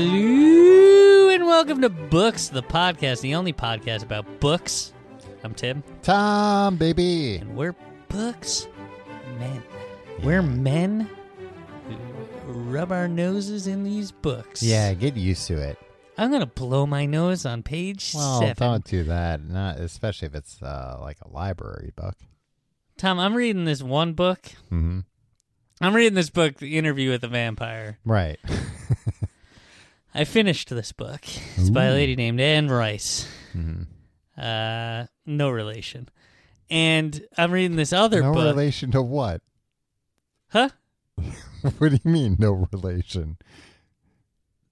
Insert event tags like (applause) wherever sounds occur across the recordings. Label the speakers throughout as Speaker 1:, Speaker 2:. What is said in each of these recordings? Speaker 1: Hello and welcome to Books, the podcast, the only podcast about books. I'm Tim,
Speaker 2: Tom, baby.
Speaker 1: and we're books men. We're men who rub our noses in these books.
Speaker 2: Yeah, get used to it.
Speaker 1: I'm going to blow my nose on page
Speaker 2: Well,
Speaker 1: 7.
Speaker 2: don't do that. Not especially if it's uh, like a library book.
Speaker 1: Tom, I'm reading this one book.
Speaker 2: hmm
Speaker 1: I'm reading this book, The Interview with a Vampire.
Speaker 2: Right.
Speaker 1: I finished this book. It's by a lady named Anne Rice.
Speaker 2: Mm-hmm.
Speaker 1: Uh, no relation. And I'm reading this other
Speaker 2: no
Speaker 1: book.
Speaker 2: relation to what? (laughs)
Speaker 1: Huh?
Speaker 2: what do you mean, no relation?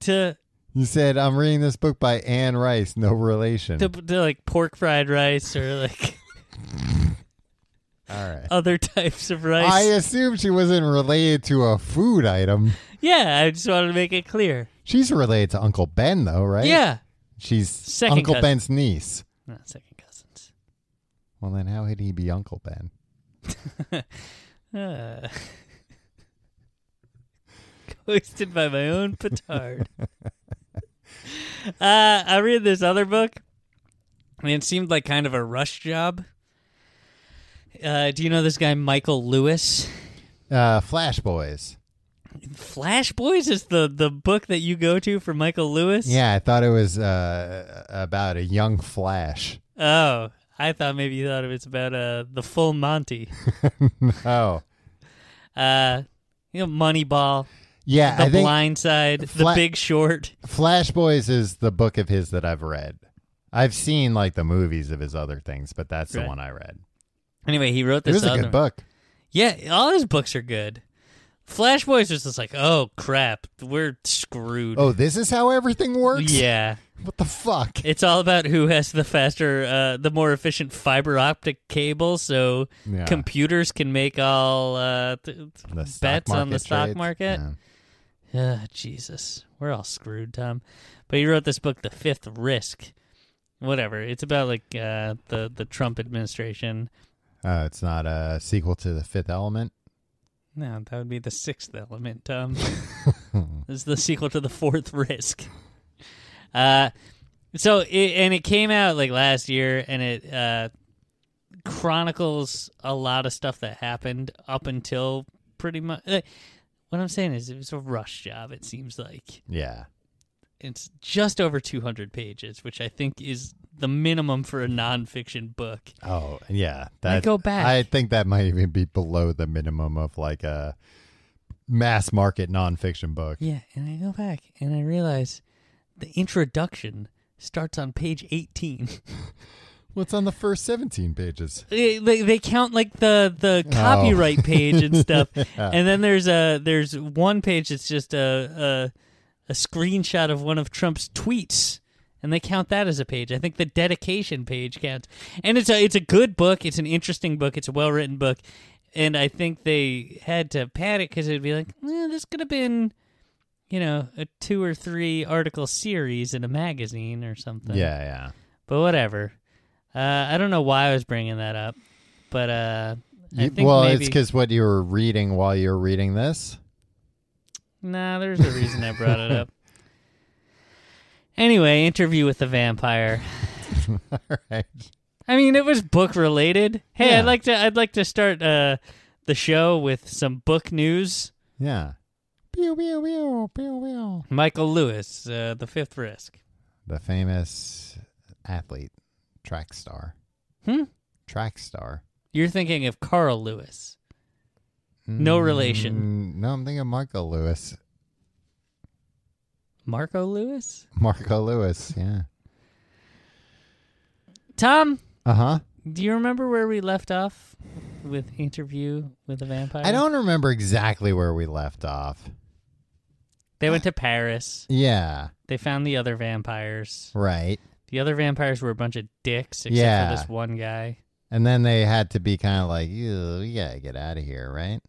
Speaker 1: To,
Speaker 2: You said I'm reading this book by Anne Rice. No relation.
Speaker 1: to to like pork fried rice or like (laughs)
Speaker 2: All right.
Speaker 1: other types of
Speaker 2: I uh,
Speaker 1: rice.
Speaker 2: assume she wasn't related to a food item.
Speaker 1: yeah, I just wanted to make it clear.
Speaker 2: She's related to Uncle Ben, though, right?
Speaker 1: Yeah,
Speaker 2: She's
Speaker 1: Second
Speaker 2: Uncle
Speaker 1: cousin.
Speaker 2: Ben's niece.
Speaker 1: not second cousins.
Speaker 2: Well, then how could he be Uncle Ben?
Speaker 1: Uh, (laughs) hoisted by my own petard. (laughs) uh, I read this other book, and it seemed like kind of a rush job. Uh, do you know this guy Michael Lewis?
Speaker 2: Uh, Flash Boys.
Speaker 1: Flash Boys is the the book that you go to for Michael Lewis.
Speaker 2: Yeah, I thought it was uh, about a young Flash.
Speaker 1: Oh, I thought maybe you thought it was about uh the full Monty.
Speaker 2: Oh,
Speaker 1: Uh, you know, Moneyball,
Speaker 2: yeah.
Speaker 1: The
Speaker 2: I think
Speaker 1: Blind Side, The
Speaker 2: Fla-
Speaker 1: Big Short.
Speaker 2: Flash Boys is the book of his that I've read. I've seen like the movies of his other things, but that's
Speaker 1: Right.
Speaker 2: the one I read.
Speaker 1: Anyway, he wrote
Speaker 2: It
Speaker 1: this
Speaker 2: was a
Speaker 1: other
Speaker 2: good book.
Speaker 1: Yeah, all his books are good. Flash Boys was just like, oh crap, we're screwed.
Speaker 2: Oh, this is how everything works.
Speaker 1: yeah,
Speaker 2: What the fuck?
Speaker 1: it's all about who has the faster, uh, the more efficient fiber optic cable, so
Speaker 2: Yeah.
Speaker 1: computers can make all uh, th- th-
Speaker 2: The stock
Speaker 1: bets on the
Speaker 2: market
Speaker 1: stock
Speaker 2: trades.
Speaker 1: market.
Speaker 2: Yeah.
Speaker 1: Ugh, Ah, Jesus, we're all screwed, Tom. But he wrote this book, The Fifth Risk. Whatever. It's about like uh, the the Trump administration.
Speaker 2: Oh, it's not a sequel to The Fifth Element.
Speaker 1: No, that would be the sixth element, Tom. this is the sequel to the fourth risk. Uh, so it, and it came out like last year, and it uh, chronicles a lot of stuff that happened up until pretty much. Uh, what I'm saying is, it was a rush job. It seems like
Speaker 2: Yeah.
Speaker 1: it's just over 200 pages, which I think is the minimum for a nonfiction book.
Speaker 2: Oh,
Speaker 1: I
Speaker 2: yeah. That
Speaker 1: go back.
Speaker 2: I think that might even be below the minimum of like a mass market nonfiction book.
Speaker 1: Yeah, and I go back and I realize the introduction starts on page 18.
Speaker 2: What's on the first 17 pages?
Speaker 1: they, they they count like the the copyright page and stuff, and then there's a there's one page that's just a, a a screenshot of one of Trump's tweets, and they count that as a page. I think the dedication page counts, and it's a it's a good book. It's an interesting book. It's a well written book, and I think they had to pad it because it'd be like eh, this could have been. You know, a two or three article series in a magazine or something
Speaker 2: Yeah, yeah.
Speaker 1: but whatever. Uh, I don't know why I was bringing that up, but uh, I
Speaker 2: You-
Speaker 1: think
Speaker 2: well,
Speaker 1: maybe
Speaker 2: it's because what you were reading while you were reading this. (laughs)
Speaker 1: nah, there's a reason I brought it up. Anyway, interview with the vampire.
Speaker 2: All right.
Speaker 1: I mean, it was book related. Hey,
Speaker 2: Yeah.
Speaker 1: I'd like to. I'd like to start uh, the show with some book news.
Speaker 2: Yeah. Pew, pew, pew, pew, pew.
Speaker 1: Michael Lewis, uh, The Fifth Risk.
Speaker 2: The famous athlete, track star.
Speaker 1: Hmm?
Speaker 2: Track star.
Speaker 1: You're thinking of Carl Lewis. No relation.
Speaker 2: Mm, no, I'm thinking of Marco Lewis. (laughs)
Speaker 1: Marco Lewis?
Speaker 2: Marco Lewis, yeah.
Speaker 1: Tom,
Speaker 2: Uh huh.
Speaker 1: do you remember where we left off with interview with a vampire?
Speaker 2: I don't remember exactly where we left off.
Speaker 1: They went to Paris.
Speaker 2: Yeah,
Speaker 1: They found the other vampires.
Speaker 2: right.
Speaker 1: The other vampires were a bunch of dicks, except
Speaker 2: Yeah.
Speaker 1: for this one guy.
Speaker 2: And then they had to be kind of like, "Ew, we gotta get out of here, right?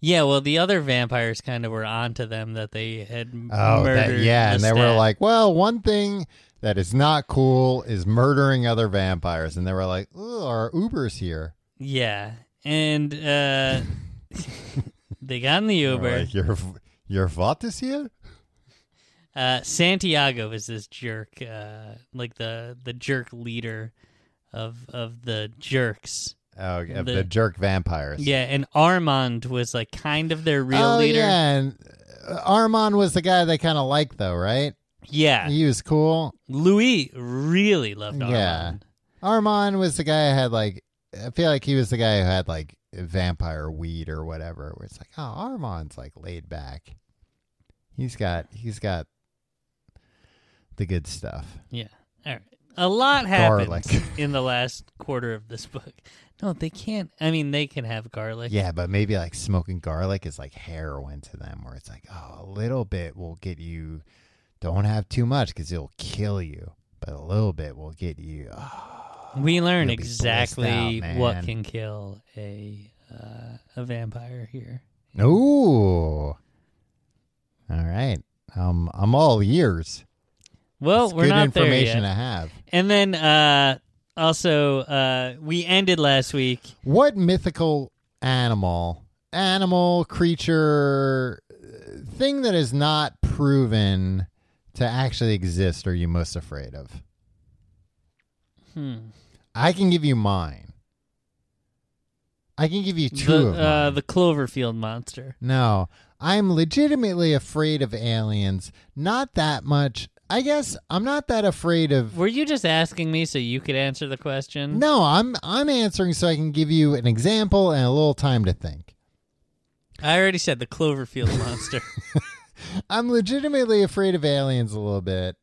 Speaker 1: Yeah, well, the other vampires kind of were onto them that they had m-
Speaker 2: Oh, that-
Speaker 1: murdered.
Speaker 2: yeah.
Speaker 1: the
Speaker 2: And they were
Speaker 1: stat.
Speaker 2: like, well, one thing that is not cool is murdering other vampires. And they were like, "Ooh, our Uber's here.
Speaker 1: yeah, and
Speaker 2: (laughs)
Speaker 1: uh, they got in the
Speaker 2: They were
Speaker 1: Uber.
Speaker 2: Like, your your Vought is here.
Speaker 1: Uh, Santiago is this jerk, uh, like the the jerk leader of of the jerks.
Speaker 2: Oh, okay, of
Speaker 1: The-
Speaker 2: the, jerk vampires.
Speaker 1: Yeah, and Armand was like kind of their real
Speaker 2: oh,
Speaker 1: leader.
Speaker 2: Yeah, and uh, Armand was the guy they kind of liked, though, right?
Speaker 1: Yeah.
Speaker 2: He was cool.
Speaker 1: Louis really loved Armand.
Speaker 2: Yeah. Armand was the guy who had like I feel like he was the guy who had like vampire weed or whatever. Where it's like, oh, Armand's like laid back. He's got he's got the good stuff.
Speaker 1: Yeah. All right. A lot happens
Speaker 2: Garlic.
Speaker 1: (laughs) in the last quarter of this book. No, they can't. I mean, they can have garlic.
Speaker 2: Yeah, but maybe like smoking garlic is like heroin to them, where it's like, oh, a little bit will get you. Don't have too much because it'll kill you, but a little bit will get you. oh,
Speaker 1: We learn
Speaker 2: You'll be blissed
Speaker 1: exactly
Speaker 2: out,
Speaker 1: what
Speaker 2: man.
Speaker 1: can kill a uh, a vampire here.
Speaker 2: Ooh. All right. Um, I'm all ears.
Speaker 1: Well,
Speaker 2: It's
Speaker 1: Oh, we're
Speaker 2: good
Speaker 1: not there
Speaker 2: information
Speaker 1: yet.
Speaker 2: to have.
Speaker 1: And then uh, also, uh, we ended last week.
Speaker 2: What mythical animal, animal, creature, uh, thing that is not proven to actually exist are you most afraid of?
Speaker 1: Hmm,
Speaker 2: I can give you mine. I can give you two
Speaker 1: the,
Speaker 2: of
Speaker 1: uh,
Speaker 2: mine.
Speaker 1: the Cloverfield monster.
Speaker 2: No, I'm legitimately afraid of aliens. Not that much. I guess I'm not that afraid of
Speaker 1: Were you just asking me so you could answer the question?
Speaker 2: No, I'm I'm answering so I can give you an example and a little time to think.
Speaker 1: I already said the Cloverfield (laughs) monster.
Speaker 2: I'm legitimately afraid of aliens a little bit,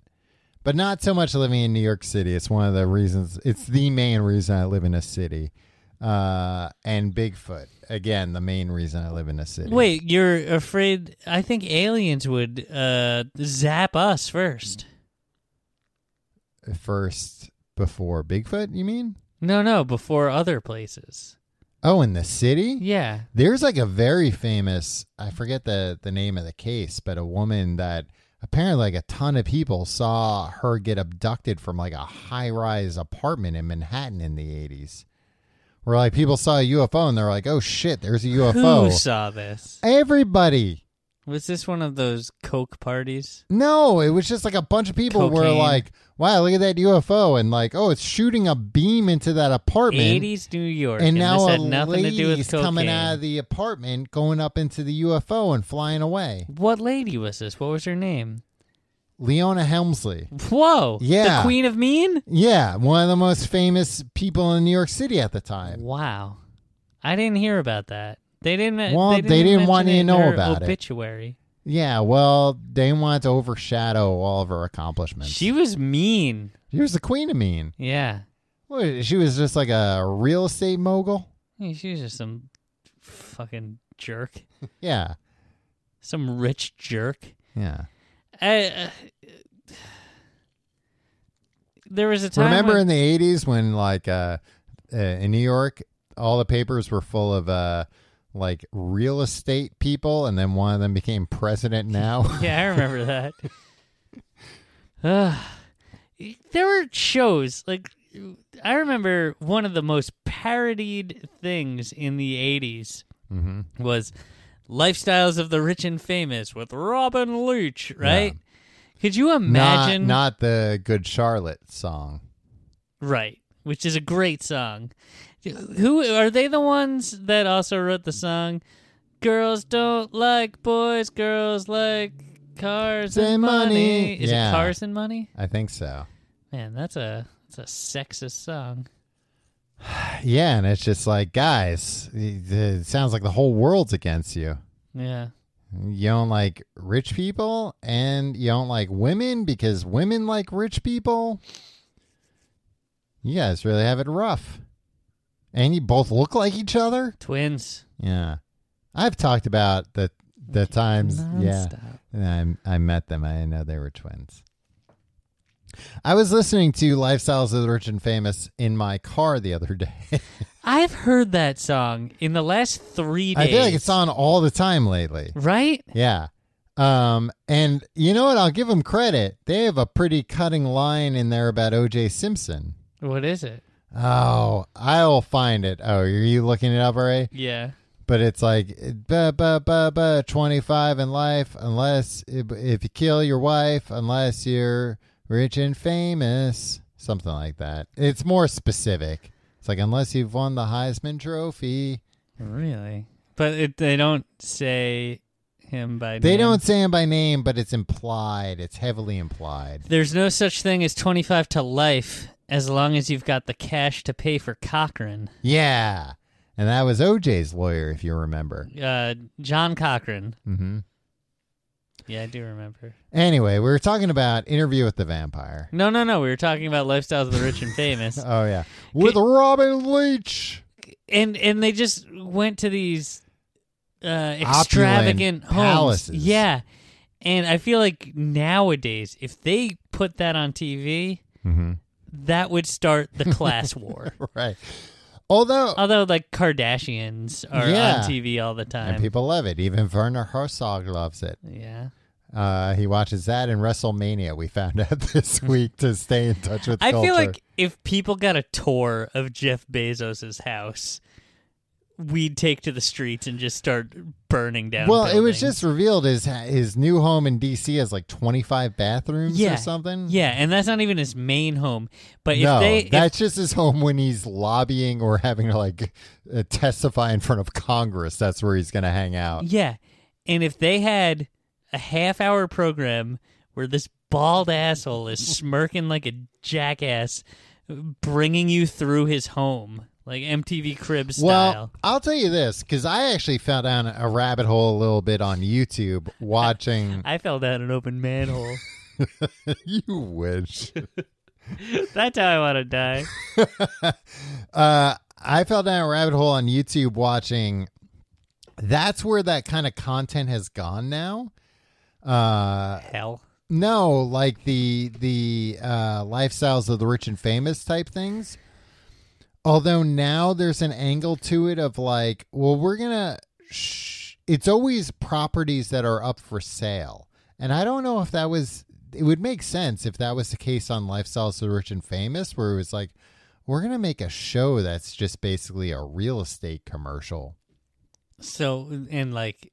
Speaker 2: but not so much living in New York City. It's one of the reasons. It's the main reason I live in a city. Uh, and Bigfoot again, the main reason I live in a city.
Speaker 1: Wait, you're afraid? I think aliens would uh, zap us first.
Speaker 2: first before Bigfoot, you mean?
Speaker 1: No, no, before other places.
Speaker 2: Oh, in the city.
Speaker 1: Yeah.
Speaker 2: There's like a very famous, I forget the, the name of the case, but a woman that apparently like a ton of people saw her get abducted from like a high rise apartment in Manhattan in the 80s. Where like people saw a UFO and they're like, oh shit, there's a
Speaker 1: Who
Speaker 2: UFO.
Speaker 1: saw this?
Speaker 2: Everybody.
Speaker 1: Was this one of those Coke parties?
Speaker 2: No, it was just like a bunch of people were
Speaker 1: Cocaine.
Speaker 2: like, wow, look at that UFO. And like, oh, it's shooting a beam into that apartment.
Speaker 1: 80s New York.
Speaker 2: and now
Speaker 1: this had
Speaker 2: a
Speaker 1: nothing to do with
Speaker 2: lady's
Speaker 1: cocaine.
Speaker 2: coming out of the apartment, going up into the UFO and flying away.
Speaker 1: What lady was this? What was her name?
Speaker 2: Leona Helmsley.
Speaker 1: Whoa.
Speaker 2: Yeah.
Speaker 1: The Queen of Mean?
Speaker 2: Yeah, one of the most famous people in New York City at the time.
Speaker 1: Wow. I didn't hear about that. They didn't.
Speaker 2: Well,
Speaker 1: they didn't,
Speaker 2: they didn't want
Speaker 1: mention
Speaker 2: you
Speaker 1: it in
Speaker 2: to know
Speaker 1: her
Speaker 2: about it.
Speaker 1: obituary.
Speaker 2: Yeah, well, they want to overshadow all of her accomplishments.
Speaker 1: She was mean.
Speaker 2: she was the queen of mean.
Speaker 1: Yeah.
Speaker 2: What, She was just like a real estate mogul.
Speaker 1: Yeah, she was just some fucking jerk,
Speaker 2: Yeah,
Speaker 1: some rich jerk.
Speaker 2: yeah.
Speaker 1: I, uh, there was a time.
Speaker 2: Remember
Speaker 1: when-
Speaker 2: in the '80s when like uh, uh, in New York, all the papers were full of uh, like real estate people, and then one of them became president. Now, (laughs)
Speaker 1: (laughs) yeah, I remember that. Ugh. there were shows like I remember one of the most parodied things in the '80s
Speaker 2: mm-hmm.
Speaker 1: was "Lifestyles of the Rich and Famous" with Robin Leach. Right? Could you imagine?
Speaker 2: not, not the Good Charlotte song.
Speaker 1: Right, which is a great song. Who are they the ones that also wrote the song Girls Don't Like Boys, Girls Like Cars and
Speaker 2: And
Speaker 1: Money?
Speaker 2: money.
Speaker 1: Is
Speaker 2: Yeah.
Speaker 1: it Cars and Money?
Speaker 2: I think so.
Speaker 1: Man, that's a that's a sexist song.
Speaker 2: Yeah, and it's just like, guys, it it sounds like the whole world's against you.
Speaker 1: Yeah.
Speaker 2: You don't like rich people, and you don't like women because women like rich people. You guys really have it rough. And you both look like each other.
Speaker 1: Twins.
Speaker 2: Yeah, I've talked about the the times. Yeah,
Speaker 1: Nonstop.
Speaker 2: And I, I met them. I didn't know they were twins. I was listening to Lifestyles of the Rich and Famous in my car the other (laughs) day.
Speaker 1: I've heard that song in the last three
Speaker 2: I
Speaker 1: days.
Speaker 2: feel like it's on all the time lately.
Speaker 1: Right?
Speaker 2: Yeah. Um, and you know what? I'll give them credit. They have a pretty cutting line in there about O.J. Simpson.
Speaker 1: What is it?
Speaker 2: Oh, I'll find it. Oh, are you looking it up already?
Speaker 1: Yeah.
Speaker 2: but it's like bah, bah, bah, bah, 25 in life unless if, if you kill your wife unless you're rich and famous something like that it's more specific it's like unless you've won the heisman trophy
Speaker 1: Really? But it, they don't say him by
Speaker 2: they
Speaker 1: name.
Speaker 2: don't say him by name but it's implied it's heavily implied
Speaker 1: There's no such thing as 25 to life as long as you've got the cash to pay for Cochran.
Speaker 2: yeah and that was oj's lawyer if you remember
Speaker 1: Uh, John Cochran.
Speaker 2: hmm
Speaker 1: Yeah, I do remember.
Speaker 2: anyway we were talking about interview with the vampire
Speaker 1: No, no, no. We were talking about lifestyles of the rich and
Speaker 2: (laughs)
Speaker 1: famous,
Speaker 2: oh yeah with
Speaker 1: Ca-
Speaker 2: robin
Speaker 1: (laughs)
Speaker 2: leach
Speaker 1: and and they just went to these uh, extravagant homes.
Speaker 2: palaces.
Speaker 1: Yeah, and I feel like nowadays, if they put that on TV,
Speaker 2: mm-hmm.
Speaker 1: that would start the
Speaker 2: (laughs)
Speaker 1: class war.
Speaker 2: right although
Speaker 1: Although, like Kardashians are
Speaker 2: Yeah.
Speaker 1: on TV all the
Speaker 2: And
Speaker 1: time.
Speaker 2: people love it. Even Werner Herzog loves it.
Speaker 1: yeah,
Speaker 2: Uh, he watches that and WrestleMania. We found (laughs) out this week to stay in touch with.
Speaker 1: I
Speaker 2: culture.
Speaker 1: feel like if people got a tour of Jeff Bezos's house, we'd take to the streets and just start burning down.
Speaker 2: Well, it
Speaker 1: buildings.
Speaker 2: was just revealed his his new home in D.C. has like twenty five bathrooms
Speaker 1: Yeah.
Speaker 2: or something.
Speaker 1: yeah, and that's not even his main home. But if
Speaker 2: no,
Speaker 1: they, if-
Speaker 2: that's just his home when he's lobbying or having to like uh, testify in front of Congress. That's where he's going to hang out.
Speaker 1: yeah, and if they had a half hour program where this bald asshole is smirking like a jackass, bringing you through his home like MTV Crib
Speaker 2: Well,
Speaker 1: style.
Speaker 2: I'll tell you this because I actually fell down a rabbit hole a little bit on YouTube
Speaker 1: (laughs)
Speaker 2: watching. (laughs)
Speaker 1: I fell down an open manhole.
Speaker 2: you wish.
Speaker 1: That's how I want to die.
Speaker 2: Uh, I fell down a rabbit hole on YouTube watching. That's where that kind of content has gone now. Uh,
Speaker 1: Hell.
Speaker 2: no, like the the uh, lifestyles of the rich and famous type things. Although now there's an angle to it of like, well, we're gonna. Sh- it's always properties that are up for sale, and I don't know if that was. It would make sense if that was the case on lifestyles of the rich and famous, where it was like, we're gonna make a show that's just basically a real estate commercial.
Speaker 1: So and like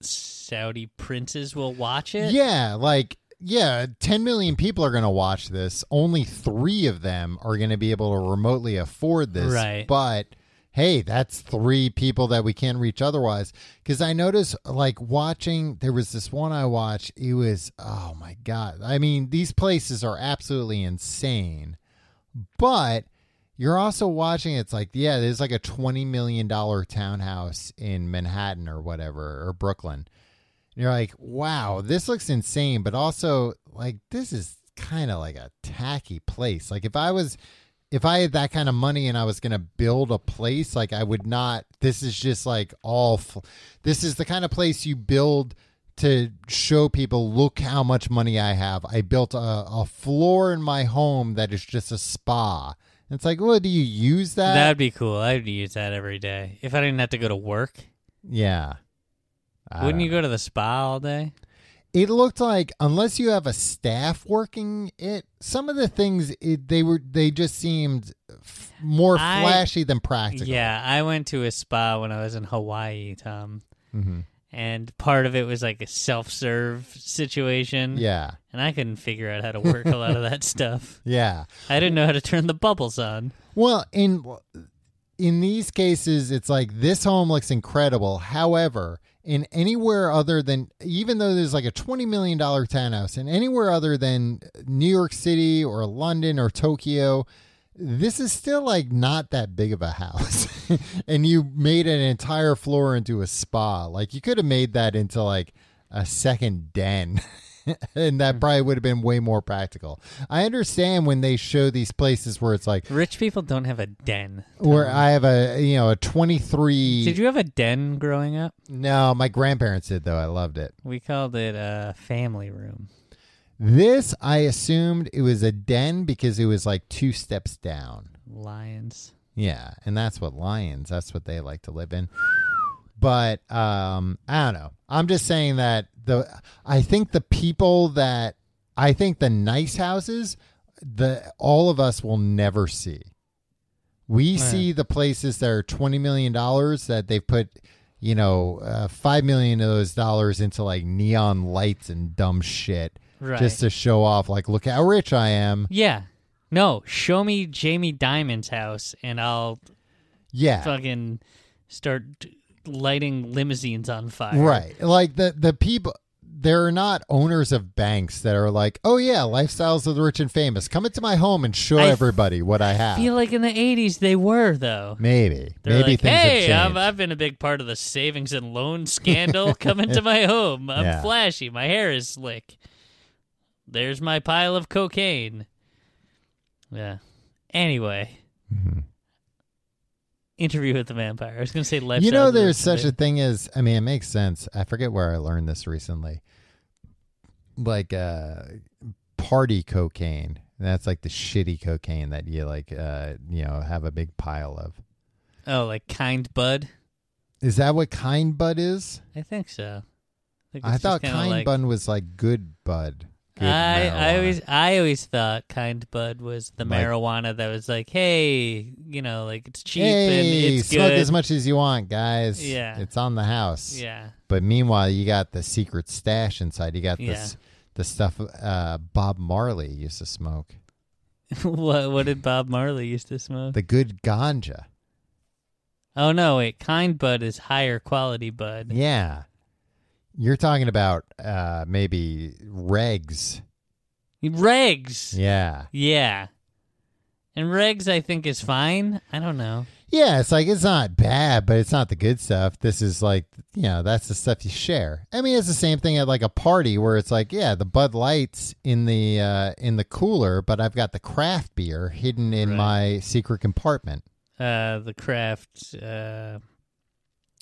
Speaker 1: Saudi princes will watch it.
Speaker 2: Yeah, like yeah, 10 million people are going to watch this. Only 3 of them are going to be able to remotely afford this.
Speaker 1: Right.
Speaker 2: But hey, that's 3 people that we can't reach otherwise cuz I noticed like watching there was this one I watched, it was oh my god. I mean, these places are absolutely insane. But you're also watching it's like yeah there's like a 20 million dollar townhouse in manhattan or whatever or brooklyn and you're like wow this looks insane but also like this is kind of like a tacky place like if i was if i had that kind of money and i was going to build a place like i would not this is just like all fl- this is the kind of place you build to show people, look how much money I have. I built a, a floor in my home that is just a spa. And it's like, well, do you use that?
Speaker 1: That'd be cool. I'd use that every day. If I didn't have to go to work,
Speaker 2: yeah. I
Speaker 1: wouldn't
Speaker 2: don't
Speaker 1: you go to the spa all day?
Speaker 2: it looked like unless you have a staff working it some of the things it, they were they just seemed f- more
Speaker 1: I-
Speaker 2: flashy than practical
Speaker 1: Yeah, I went to a spa when I was in Hawaii, Tom,
Speaker 2: hmm
Speaker 1: and part of it was like a self-serve situation.
Speaker 2: yeah
Speaker 1: and I couldn't figure out how to work a lot of that (laughs) stuff.
Speaker 2: yeah
Speaker 1: I didn't know how to turn the bubbles on.
Speaker 2: Well, in in these cases, it's like this home looks incredible. However, in anywhere other than even though there's like a twenty million dollar townhouse, and anywhere other than New York City or London or Tokyo, this is still like not that big of a house. (laughs) and you made an entire floor into a spa. Like you could have made that into like a second den. (laughs) and that probably would have been way more practical. I understand when they show these places where it's like
Speaker 1: Rich people don't have a den.
Speaker 2: where I have a you know a 23
Speaker 1: Did you have a den growing up?
Speaker 2: no my grandparents did though I loved it
Speaker 1: We called it a family room.
Speaker 2: this I assumed it was a den because it was like two steps down
Speaker 1: Lions.
Speaker 2: yeah and that's what lions that's what they like to live in but um I don't know I'm just saying that the I think the people that I think the nice houses the all of us will never see We see the places that are twenty million dollars that they've put, you know, uh, five million of those dollars into like neon lights and dumb shit,
Speaker 1: Right.
Speaker 2: just to show off. Like, look how rich I am.
Speaker 1: Yeah. No, show me Jamie Dimon's house and I'll
Speaker 2: Yeah,
Speaker 1: fucking start lighting limousines on fire.
Speaker 2: right. Like the the people. There are not owners of banks that are like, oh yeah, lifestyles of the rich and famous. Come into my home and show
Speaker 1: I f-
Speaker 2: everybody what I have.
Speaker 1: I feel like in the 80s they were, though.
Speaker 2: maybe,
Speaker 1: They're
Speaker 2: maybe
Speaker 1: like,
Speaker 2: things have
Speaker 1: hey,
Speaker 2: changed.
Speaker 1: I've, I've been a big part of the savings and
Speaker 2: (laughs)
Speaker 1: loan scandal. Come into my home. I'm
Speaker 2: Yeah.
Speaker 1: flashy. My hair is slick. There's my pile of cocaine. Yeah. Anyway.
Speaker 2: Mm-hmm.
Speaker 1: Interview with the vampire. I was going to say lifestyle.
Speaker 2: you know there's such a thing as i mean it makes sense i forget where i learned this recently like uh party cocaine that's like the shitty cocaine that you like uh you know have a big pile of
Speaker 1: Oh, like kind bud?
Speaker 2: is that what kind bud is
Speaker 1: I think so. think
Speaker 2: i
Speaker 1: it's just
Speaker 2: thought
Speaker 1: kinda
Speaker 2: kind
Speaker 1: like-
Speaker 2: bud was like good bud good
Speaker 1: I, I
Speaker 2: marijuana.
Speaker 1: always I always thought kind bud was the
Speaker 2: Like-
Speaker 1: marijuana that was like, hey, you know, like it's cheap
Speaker 2: hey
Speaker 1: and it's
Speaker 2: smoke
Speaker 1: good.
Speaker 2: as much as you want guys
Speaker 1: Yeah.
Speaker 2: it's on the house
Speaker 1: yeah. (laughs)
Speaker 2: But meanwhile, you got the secret stash inside. You got
Speaker 1: Yeah.
Speaker 2: this the stuff uh, Bob Marley used to smoke.
Speaker 1: what what did Bob Marley used to smoke?
Speaker 2: The good ganja.
Speaker 1: oh no, wait, kind bud is higher quality bud.
Speaker 2: Yeah. You're talking about uh, maybe regs.
Speaker 1: Regs. Yeah.
Speaker 2: Yeah.
Speaker 1: And regs I think is fine. I don't know.
Speaker 2: Yeah, it's like it's not bad, but it's not the good stuff. This is like, you know, that's the stuff you share. I mean, it's the same thing at like a party where it's like, yeah, the Bud Lights in the uh, in the cooler, but I've got the craft beer hidden in
Speaker 1: Right.
Speaker 2: my secret compartment.
Speaker 1: Uh the craft uh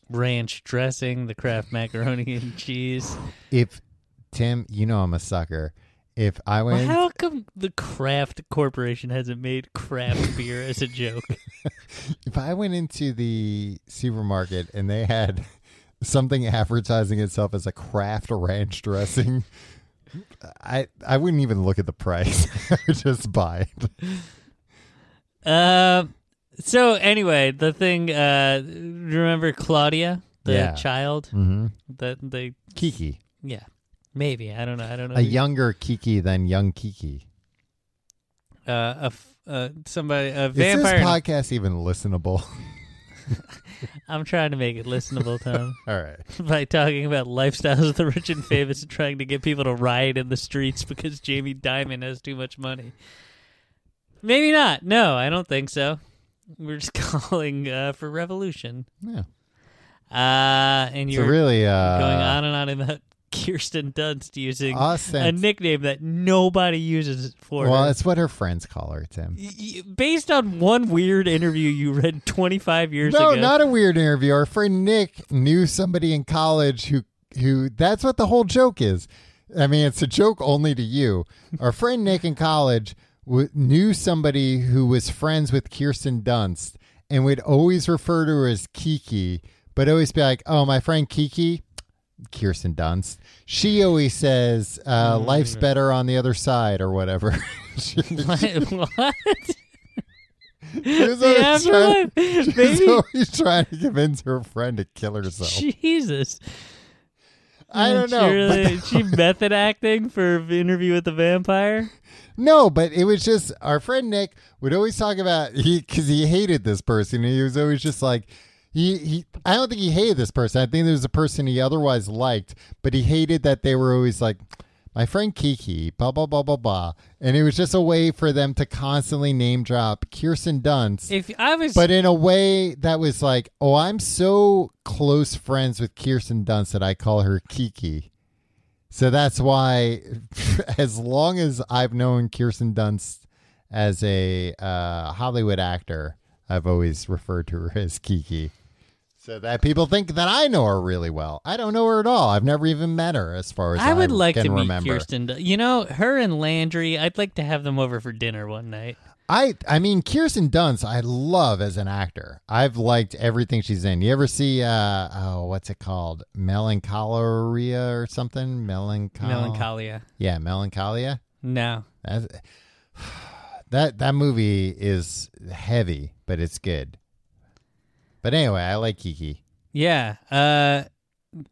Speaker 1: ranch dressing, the craft macaroni and cheese.
Speaker 2: if Tim, you know I'm a sucker. If I
Speaker 1: Well,
Speaker 2: went,
Speaker 1: how come the Kraft Corporation hasn't made craft beer as a joke? (laughs)
Speaker 2: if I went into the supermarket and they had (laughs) something advertising itself as a craft ranch dressing, (laughs) I I wouldn't even look at the price. (laughs) I would just buy it.
Speaker 1: Um. so anyway, the thing. Uh, remember Claudia, the
Speaker 2: Yeah.
Speaker 1: child
Speaker 2: Mm-hmm.
Speaker 1: that they.
Speaker 2: Kiki,
Speaker 1: Yeah, maybe I don't know. I don't know.
Speaker 2: a younger Kiki than young Kiki.
Speaker 1: uh, a f- uh, somebody a
Speaker 2: Is
Speaker 1: vampire.
Speaker 2: this podcast even listenable? (laughs)
Speaker 1: I'm trying to make it listenable, Tom,
Speaker 2: All right.
Speaker 1: (laughs) by talking about lifestyles of the rich and famous and trying to get people to riot in the streets because Jamie Dimon has too much money. Maybe not. No, I don't think so. We're just (laughs) calling uh, for revolution.
Speaker 2: Yeah.
Speaker 1: Uh, and
Speaker 2: So
Speaker 1: you're
Speaker 2: really, uh,
Speaker 1: going on and on about (laughs) Kirsten Dunst using
Speaker 2: us
Speaker 1: a
Speaker 2: and
Speaker 1: nickname that nobody uses for
Speaker 2: well,
Speaker 1: her.
Speaker 2: it's what her friends call her, Tim.
Speaker 1: Y- y- Based on one weird interview you read 25 years
Speaker 2: no,
Speaker 1: ago.
Speaker 2: not a weird interview. Our friend Nick knew somebody in college who who that's what the whole joke is. I mean, it's a joke only to you. Our friend Nick in college w- knew somebody who was friends with Kirsten Dunst and would always refer to her as Kiki, but always be like, "Oh, my friend Kiki." Kirsten Dunst. She always says, uh,
Speaker 1: Mm-hmm.
Speaker 2: "Life's better on the other side" or whatever. (laughs)
Speaker 1: (laughs)
Speaker 2: She-
Speaker 1: (laughs)
Speaker 2: (laughs)
Speaker 1: what?
Speaker 2: she's
Speaker 1: The
Speaker 2: always trying- (laughs)
Speaker 1: afterlife?
Speaker 2: She's
Speaker 1: Maybe?
Speaker 2: always trying to convince her friend to kill herself.
Speaker 1: Jesus.
Speaker 2: I don't
Speaker 1: She
Speaker 2: know. but- (laughs)
Speaker 1: really- she method acting for interview with the vampire?
Speaker 2: no, but it was just our friend Nick would always talk about he because he hated this person. He was always just like. He, he, I don't think he hated this person. I think there was a person he otherwise liked, but he hated that they were always like, my friend Kiki, blah, blah, blah, blah, blah. And it was just a way for them to constantly name drop Kirsten Dunst
Speaker 1: If I was
Speaker 2: but in a way that was like, oh, I'm so close friends with Kirsten Dunst that I call her Kiki. So that's why, (laughs) as long as I've known Kirsten Dunst as a uh, Hollywood actor, I've always referred to her as Kiki. So that people think that I know her really well. I don't know her at all. I've never even met her, as far as I,
Speaker 1: I would like
Speaker 2: can
Speaker 1: to meet
Speaker 2: remember.
Speaker 1: Kirsten. Dun- You know, her and Landry, I'd like to have them over for dinner one night.
Speaker 2: I I mean Kirsten Dunst I love as an actor. I've liked everything she's in. You ever see uh oh what's it called? Melancholia or Oh. something? Melancholy.
Speaker 1: Melancholia.
Speaker 2: Yeah, Melancholia.
Speaker 1: No.
Speaker 2: That's (sighs) that that movie is heavy, but it's good. But anyway, I like Kiki.
Speaker 1: Yeah. Uh,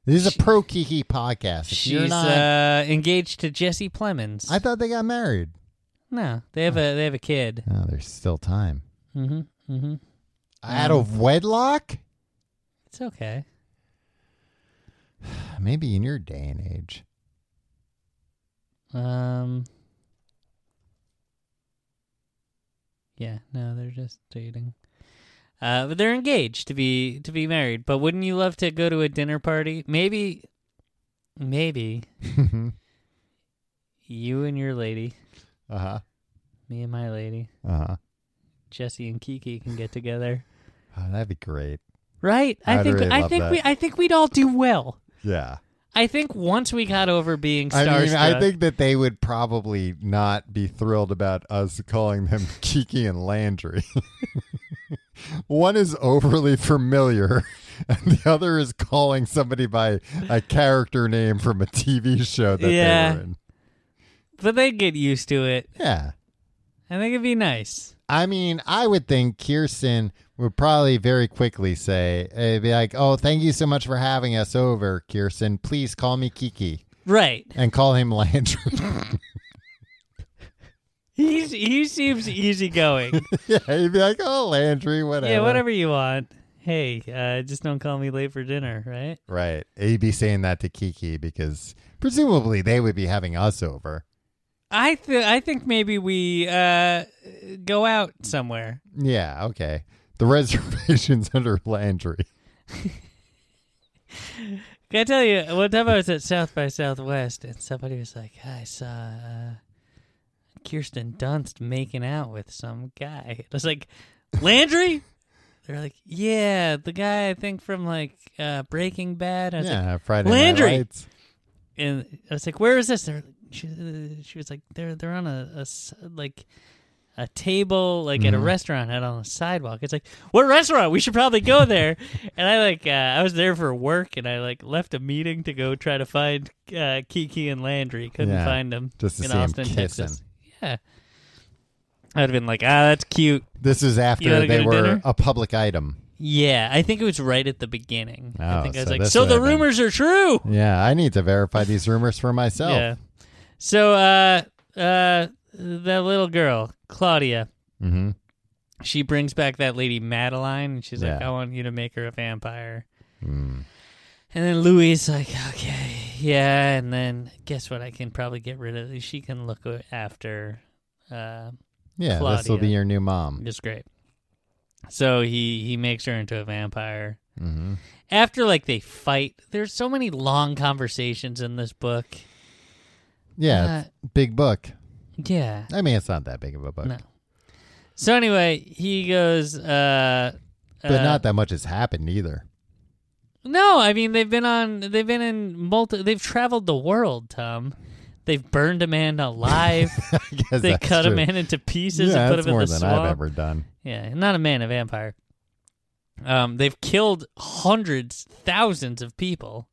Speaker 2: This is a pro Kiki podcast. If you're
Speaker 1: she's
Speaker 2: not,
Speaker 1: uh, engaged to Jesse Plemons.
Speaker 2: I Hmm. thought they got married.
Speaker 1: no, they have a they have a kid.
Speaker 2: Oh, there's still time.
Speaker 1: Mm-hmm. Mm-hmm.
Speaker 2: Out of wedlock?
Speaker 1: It's okay.
Speaker 2: Maybe in your day and age. (laughs)
Speaker 1: Um. Yeah, no, they're just dating. Uh, but they're engaged to be to be married. But wouldn't you love to go to a dinner party? Maybe, maybe you and your lady,
Speaker 2: uh huh.
Speaker 1: me and my lady,
Speaker 2: Uh huh.
Speaker 1: Jesse and Kiki can get together,
Speaker 2: Oh, that'd be great.
Speaker 1: right? I
Speaker 2: I'd
Speaker 1: think
Speaker 2: really
Speaker 1: I
Speaker 2: love
Speaker 1: think
Speaker 2: that.
Speaker 1: we I think we'd all do well.
Speaker 2: Yeah.
Speaker 1: I think once we got over being
Speaker 2: I
Speaker 1: starstruck,
Speaker 2: mean, I think that they would probably not be thrilled about us calling them (laughs) Kiki and Landry. (laughs) One is overly familiar, (laughs) and the other is calling somebody by a character name from a TV show that
Speaker 1: Yeah.
Speaker 2: they were in.
Speaker 1: but they get used to it.
Speaker 2: Yeah.
Speaker 1: I think it'd be nice.
Speaker 2: I mean, I would think Kirsten would probably very quickly say, it'd be like, oh, thank you so much for having us over, Kirsten. Please call me Kiki
Speaker 1: Right.
Speaker 2: and call him Landry.
Speaker 1: He's, he seems easygoing.
Speaker 2: (laughs) yeah, he'd be like, oh, Landry, whatever.
Speaker 1: yeah, whatever you want. Hey, uh, just don't call me late for dinner, right?
Speaker 2: Right. He'd be saying that to Kiki because presumably they would be having us over.
Speaker 1: I th- I think maybe we uh, go out somewhere.
Speaker 2: Yeah, okay. The (laughs) reservation's under Landry.
Speaker 1: Can I tell you, one time I was at South by Southwest, and somebody was like, I saw uh, Kirsten Dunst making out with some guy. I was like, Landry? (laughs) They're like, yeah, the guy I think from like uh, Breaking Bad. I was like,
Speaker 2: Yeah, Friday
Speaker 1: Landry!
Speaker 2: Night Lights.
Speaker 1: and I was like, "Where is this?" They're, she, uh, she was like, "They're they're on a, a s- like a table like
Speaker 2: Mm-hmm.
Speaker 1: at a restaurant out on a sidewalk." It's like, "What restaurant? We should probably go
Speaker 2: (laughs)
Speaker 1: there." and I like uh, I was there for work, and I like left a meeting to go try to find uh, Kiki and Landry. Couldn't
Speaker 2: Yeah,
Speaker 1: find them
Speaker 2: just to
Speaker 1: in
Speaker 2: see 'em
Speaker 1: Austin,
Speaker 2: kissing.
Speaker 1: Texas. Yeah, I'd have been like, "Ah, that's cute."
Speaker 2: This is
Speaker 1: You wanna
Speaker 2: after
Speaker 1: go
Speaker 2: they
Speaker 1: to
Speaker 2: were
Speaker 1: dinner?
Speaker 2: a public item.
Speaker 1: Yeah, I think it was right at the beginning. I
Speaker 2: Oh,
Speaker 1: think I was
Speaker 2: so
Speaker 1: like,
Speaker 2: this
Speaker 1: "So
Speaker 2: would
Speaker 1: the
Speaker 2: have been-
Speaker 1: rumors are true."
Speaker 2: Yeah, I need to verify these rumors for myself.
Speaker 1: Yeah. So uh uh that little girl, Claudia,
Speaker 2: Mm-hmm.
Speaker 1: she brings back that lady Madeline and she's like,
Speaker 2: Yeah.
Speaker 1: I want you to make her a vampire.
Speaker 2: Mm.
Speaker 1: And then Louis is like, Okay, yeah, and then guess what I can probably get rid of she can look after uh
Speaker 2: Yeah, this will
Speaker 1: Claudia.
Speaker 2: be your new mom.
Speaker 1: just great. So he he makes her into a vampire.
Speaker 2: hmm
Speaker 1: After like they fight, there's so many long conversations in this book. Uh,
Speaker 2: Yeah, it's big book.
Speaker 1: Yeah.
Speaker 2: I mean, it's not that big of a book,
Speaker 1: No. So anyway, he goes. Uh,
Speaker 2: but
Speaker 1: uh,
Speaker 2: not that much has happened either. (laughs)
Speaker 1: No, I mean they've been on. They've been in multi. They've traveled the world, Tom. They've burned a man alive.
Speaker 2: I guess
Speaker 1: they
Speaker 2: (laughs) that's
Speaker 1: cut a
Speaker 2: true.
Speaker 1: man into pieces
Speaker 2: Yeah,
Speaker 1: and put
Speaker 2: that's
Speaker 1: him in
Speaker 2: more
Speaker 1: the
Speaker 2: than
Speaker 1: swamp.
Speaker 2: I've ever done.
Speaker 1: Yeah, not a man, a vampire. Um, they've killed hundreds, thousands of people.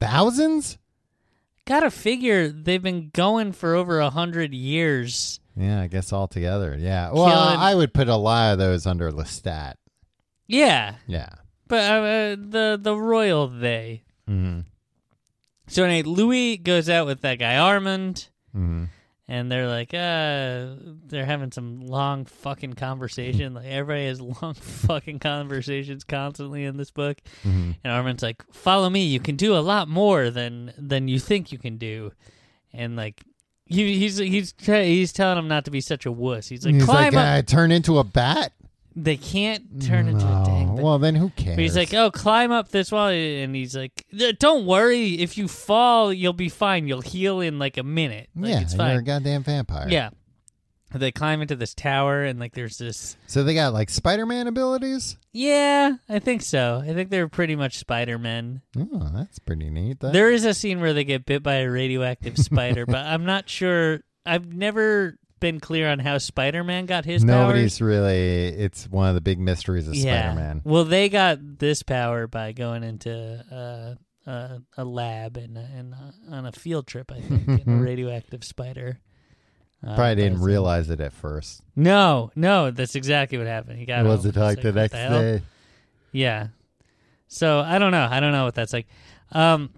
Speaker 2: Thousands?
Speaker 1: Gotta figure they've been going for over a hundred years.
Speaker 2: Yeah, I guess altogether. Yeah. Well,
Speaker 1: Killing-
Speaker 2: I would put a lot of those under Lestat.
Speaker 1: Yeah,
Speaker 2: Yeah.
Speaker 1: but uh, uh, the the royal they
Speaker 2: Mm-hmm.
Speaker 1: So anyway, Louis goes out with that guy Armand,
Speaker 2: Mm-hmm.
Speaker 1: and they're like, uh, they're having some long fucking conversation. Like everybody has (laughs) long fucking conversations constantly in this book.
Speaker 2: Mm-hmm.
Speaker 1: And Armand's like, "Follow me. You can do a lot more than than you think you can do." And like, he, he's he's tra- he's telling him not to be such a wuss. He's like,
Speaker 2: He's
Speaker 1: "Climb
Speaker 2: like,
Speaker 1: up."
Speaker 2: I turn into a bat?
Speaker 1: They can't turn into a
Speaker 2: No.
Speaker 1: dang. thing.
Speaker 2: Well, then who cares?
Speaker 1: But he's like, "Oh, climb up this wall," and he's like, "Th- "Don't worry. If you fall, you'll be fine. You'll heal in like a minute. "Oh, Like,
Speaker 2: yeah,
Speaker 1: it's
Speaker 2: you're a
Speaker 1: fine."
Speaker 2: goddamn vampire.
Speaker 1: Yeah. They climb into this tower, and like, there's this.
Speaker 2: So they got like Spider Man abilities?
Speaker 1: Yeah, I think so. I think they're pretty much Spider Men.
Speaker 2: Oh, that's pretty neat. That,
Speaker 1: There is a scene where they get bit by a radioactive spider, but I'm not sure. I've never been clear on how Spider Man got his powers.
Speaker 2: Nobody's really. It's one of the big mysteries of Spider Man.
Speaker 1: Well, they got this power by going into uh, uh,
Speaker 2: (laughs)
Speaker 1: a lab and and uh, on a field trip, I think, in a radioactive spider Uh,
Speaker 2: Probably
Speaker 1: that
Speaker 2: didn't
Speaker 1: was-
Speaker 2: realize it at first.
Speaker 1: No, no, that's exactly what happened. He got
Speaker 2: was
Speaker 1: home.
Speaker 2: it
Speaker 1: It's
Speaker 2: like the
Speaker 1: what
Speaker 2: next
Speaker 1: hell?
Speaker 2: day? (laughs)
Speaker 1: Yeah. So I don't know. I don't know what that's like. Um.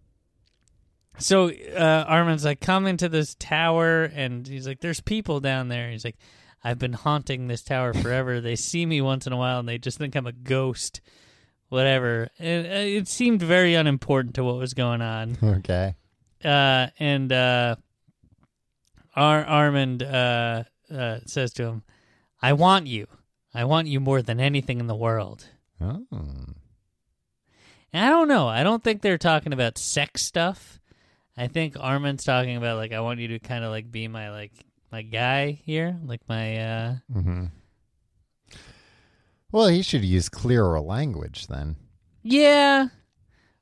Speaker 1: So uh, Armin's like, come into this tower, and he's like, "There's people down there." He's like, "I've been haunting this tower forever. they see me once in a while, and they just think I'm a ghost." Whatever. It, it seemed very unimportant to what was going on.
Speaker 2: Okay.
Speaker 1: uh, and uh, Ar- Armand uh, uh, says to him, "I want you. I want you more than anything in the world."
Speaker 2: Oh.
Speaker 1: And I don't know. I don't think they're talking about sex stuff. I think Armand's talking about like, "I want you to kind of like be my like my guy here, like my uh,
Speaker 2: hmm Well, he should use clearer language then.
Speaker 1: yeah."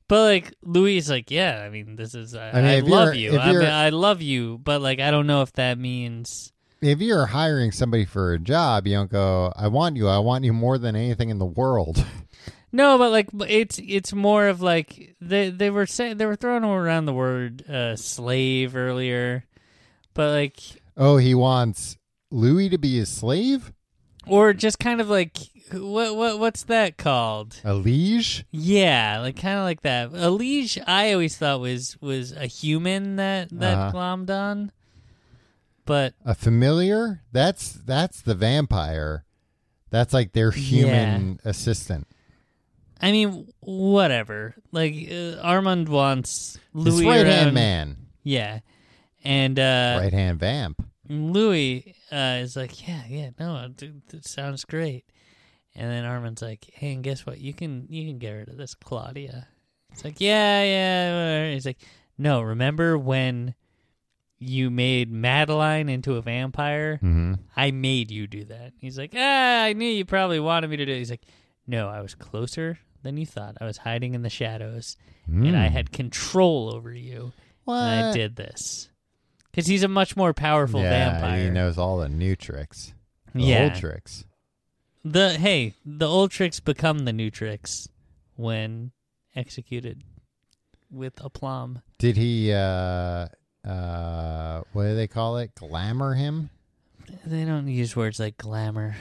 Speaker 1: But like Louis is like, yeah. I mean, this is I,
Speaker 2: I mean,
Speaker 1: I
Speaker 2: if
Speaker 1: love
Speaker 2: you're-
Speaker 1: you.
Speaker 2: if
Speaker 1: I, mean,
Speaker 2: you're-
Speaker 1: I love you, but like, I don't know if that means.
Speaker 2: If you're hiring somebody for a job, you don't go, I want you. I want you more than anything in the world. (laughs)
Speaker 1: No, but like b- it's it's more of like they they were saying they were throwing around the word uh, slave earlier, but like
Speaker 2: oh, he wants Louis to be his slave?
Speaker 1: or just kind of like what what what's that called?
Speaker 2: A liege?
Speaker 1: Yeah, like kind of like that. A liege, I always thought was was a human that that
Speaker 2: Uh-huh.
Speaker 1: glommed on, but
Speaker 2: A familiar? That's that's the vampire. That's like their human assistant.
Speaker 1: I mean whatever. Like uh, Armand wants
Speaker 2: His
Speaker 1: Louis
Speaker 2: right hand
Speaker 1: around-
Speaker 2: man.
Speaker 1: Yeah, and uh,
Speaker 2: right hand vamp.
Speaker 1: And Louis uh, is like, yeah, yeah, no, dude, that sounds great. And then Armin's like, hey, and guess what? You can you can get rid of this Claudia. It's like, yeah, yeah. whatever." He's like, no, remember when you made Madeline into a vampire?
Speaker 2: Mm-hmm.
Speaker 1: I made you do that. He's like, ah, I knew you probably wanted me to do it. He's like, no, I was closer than you thought. I was hiding in the shadows, and
Speaker 2: Hmm.
Speaker 1: I had control over you,
Speaker 2: Mm-hmm. what?
Speaker 1: and I did this. Because he's a much more powerful
Speaker 2: yeah,
Speaker 1: vampire.
Speaker 2: He knows all the new tricks, the
Speaker 1: yeah.
Speaker 2: old tricks.
Speaker 1: The hey, the old tricks become the new tricks when executed with aplomb.
Speaker 2: Did he? uh uh What do they call it? Glamour him?
Speaker 1: They don't use words like glamour.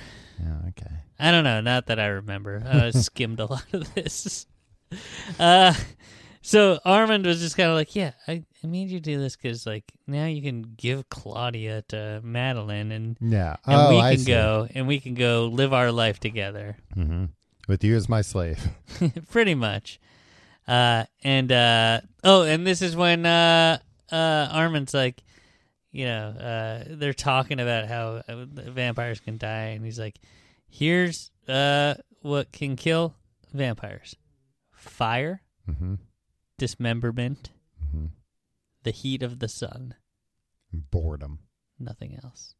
Speaker 2: Oh, okay.
Speaker 1: I don't know. Not that I remember. I (laughs) skimmed a lot of this. (laughs) Uh, so Armand was just kind of like, "Yeah, I, I made you do this because, like, now you can give Claudia to Madeline, and,
Speaker 2: Yeah.
Speaker 1: and
Speaker 2: oh,
Speaker 1: we can
Speaker 2: I see.
Speaker 1: go, and we can go live our life together."
Speaker 2: hmm With you as my slave.
Speaker 1: (laughs) pretty much. Uh, and uh, oh, and this is when uh, uh, Armin's like, you know, uh, they're talking about how uh, vampires can die, and he's like, "Here's uh, what can kill vampires: fire,
Speaker 2: hmm
Speaker 1: dismemberment,
Speaker 2: hmm
Speaker 1: the heat of the sun,
Speaker 2: Boredom.
Speaker 1: nothing else."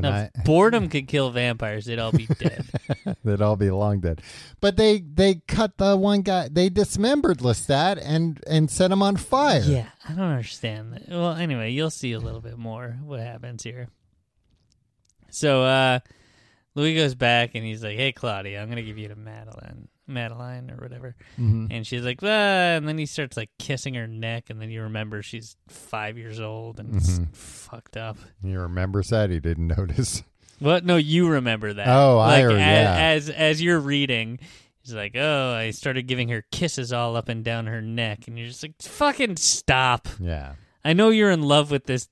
Speaker 1: Now,
Speaker 2: no.
Speaker 1: if boredom could kill vampires; they'd all be dead.
Speaker 2: They'd all be long dead. But they they cut the one guy. They dismembered Lestat and and set him on fire.
Speaker 1: yeah, I don't understand that. Well, anyway, you'll see a little bit more what happens here. So uh Louis goes back and he's like, "Hey, Claudia, I'm gonna give you to Madeline, Madeline or whatever."
Speaker 2: Mhm.
Speaker 1: And she's like, "Ah," and then he starts like kissing her neck, and then you remember she's five years old and s-
Speaker 2: Mhm.
Speaker 1: fucked up.
Speaker 2: He remembers Mm-hmm. that. He didn't notice.
Speaker 1: What? No, you remember that?
Speaker 2: Oh, I
Speaker 1: like,
Speaker 2: re-
Speaker 1: a-
Speaker 2: yeah.
Speaker 1: As as you're reading, he's like, "Oh, I started giving her kisses all up and down her neck," and you're just like, "Fucking stop."
Speaker 2: (laughs) Yeah.
Speaker 1: I know you're in love with this.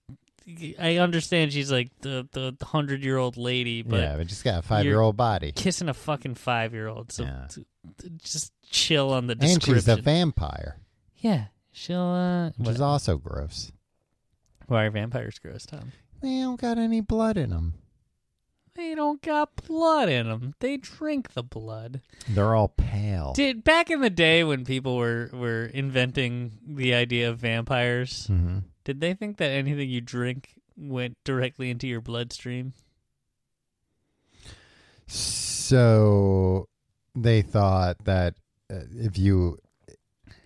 Speaker 1: I understand she's like the the hundred year old lady, but
Speaker 2: yeah. But just got a five year old body.
Speaker 1: kissing a fucking five year old. So
Speaker 2: Yeah.
Speaker 1: t- t- just chill on the
Speaker 2: And
Speaker 1: description.
Speaker 2: she's a vampire,
Speaker 1: yeah, she'll. Uh,
Speaker 2: which is
Speaker 1: what-
Speaker 2: also gross.
Speaker 1: why are vampires gross, Tom?
Speaker 2: They don't got any blood in them.
Speaker 1: They don't got blood in them. They drink the blood.
Speaker 2: They're all pale.
Speaker 1: Did back in the day when people were were inventing the idea of vampires,
Speaker 2: hmm
Speaker 1: did they think that anything you drink went directly into your bloodstream?
Speaker 2: So they thought that uh, if you